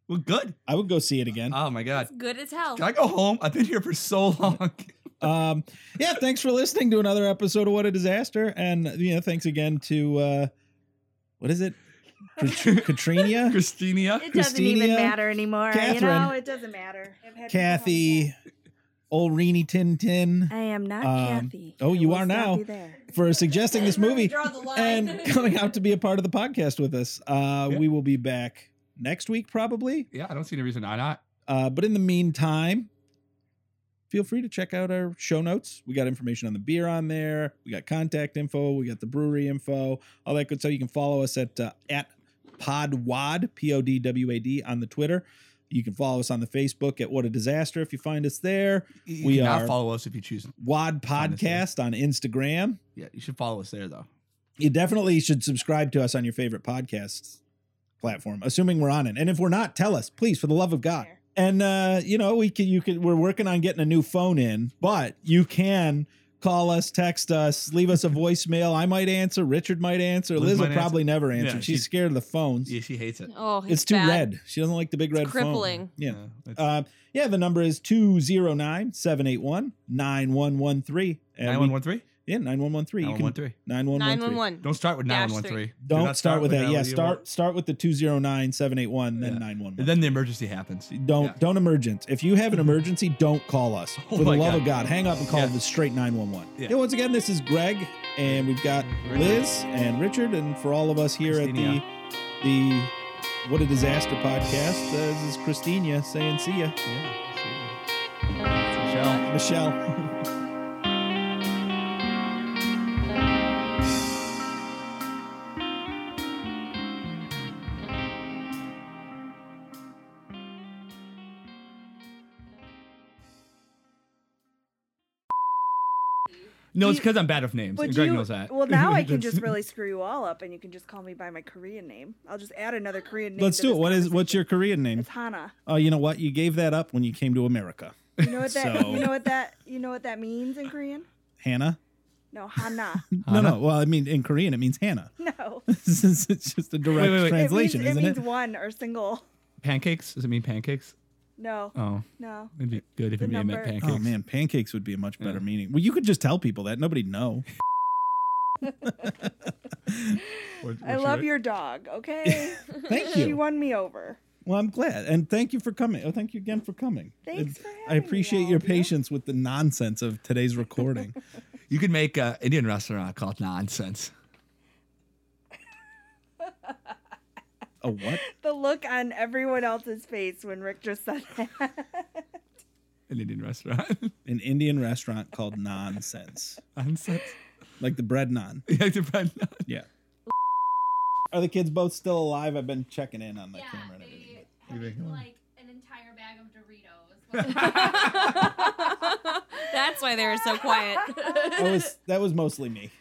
well, good.
I would go see it again.
Oh my god.
Good as hell.
Can I go home? I've been here for so long.
Um, yeah, thanks for listening to another episode of What a Disaster. And, you know, thanks again to, uh, what is it? Kat- Katrina?
Christina.
It doesn't even
Christina,
matter anymore. you
Catherine,
know, it doesn't matter. I've had people like
Kathy? Old Reenie Tin Tin?
that. I am not
Um,
Kathy.
oh,
I
you
will
are
stop
now.
you there.
for suggesting this movie
Draw the line.
and coming out to be a part of the podcast with us. Uh,
Yeah.
We will be back next week, probably.
Yeah, I don't see any reason why not.
Uh, but in the meantime, feel free to check out our show notes. We got information on the beer on there. We got contact info. We got the brewery info. All that good stuff. You can follow us at uh, at Podwad P O D W A D on the Twitter. You can follow us on the Facebook at What a Disaster if you find us there.
You
We
cannot
are-
follow us if you choose.
Wad
Find us there.
Podcast on Instagram.
Yeah, you should follow us there though.
You definitely should subscribe to us on your favorite podcast platform, assuming we're on it. And if we're not, tell us, please, for the love of God. And uh, you know, we can you can we're working on getting a new phone in, but you can call us, text us, leave us a voicemail. I might answer, Richard might answer,
Liz
Liz, will
might
probably never answer.
Yeah,
She's
she-
scared of the phones.
Yeah, she hates it.
oh, it's,
it's too
bad.
red. She doesn't like the big red phone.
crippling.
Yeah.
that's-
Uh, yeah, the number is 209 781 9113.
9113?
Yeah, 9113. You can-
9113.
9113.
911.
Don't start with
Dash
9113. Do
Don't
not
start, with
E
that. Yeah,
one you
start
want.
start with the 209-781, then
Yeah.
911.
And then the emergency happens.
don't
Yeah. Mm-hmm.
don't emergent. If you have an emergency, don't call us.
Oh
For the
my
love
God.
of God, hang up and call
Yeah.
the straight 911.
Yeah. Mm-hmm.
Yeah, once again, this is Greg and we've got Liz and Richard and for all of us here
Christina.
at the the What a Disaster podcast, uh, this is Christina saying see ya.
Yeah.
Michelle
No, it's
Do
because I'm bad with names.
Would
and Greg
you-
knows that.
Well, now I can
That's-
just really screw you all up, and you can just call me by my Korean name. I'll just add another Korean name.
Let's
to
do it.
this
What is what's your Korean
conversation.
name?
It's Hana.
Oh, you know what? You gave that up when you came to America.
You know what that?
So-
You know what that? You know what that means in Korean?
Hannah?
No, Hana.
No, no. Well, I mean in Korean it means Hannah.
No.
it's just a direct
Wait, wait, wait.
translation,
it means,
isn't
it
it?
means one or single.
Pancakes? Does it mean pancakes?
No,
Oh,
no.
it'd be good if
The
it meant
number.
pancakes.
Oh man, pancakes would be a much better
Yeah.
meaning. Well, you could just tell people that nobody'd know.
Or-
I
or
love
should-
your dog. Okay,
Thank
she
you.
won me over.
Well, I'm glad, and thank you for coming. Oh, thank you again for coming.
Thanks
It's-
for
I
having me,
appreciate
all
your
of you.
patience with the nonsense of today's recording.
You could make uh, an Indian restaurant called Nonsense.
A what?
The look on everyone else's face when Rick just said that.
An Indian restaurant.
An Indian restaurant called Nonsense,
nonsense.
like the bread naan.
You like the bread?
Yeah. Are the kids both still alive? I've been checking in on that
Yeah,
camera and everything.
they
You think-
have like an entire bag of Doritos.
That's why they were so quiet.
I was that was mostly me.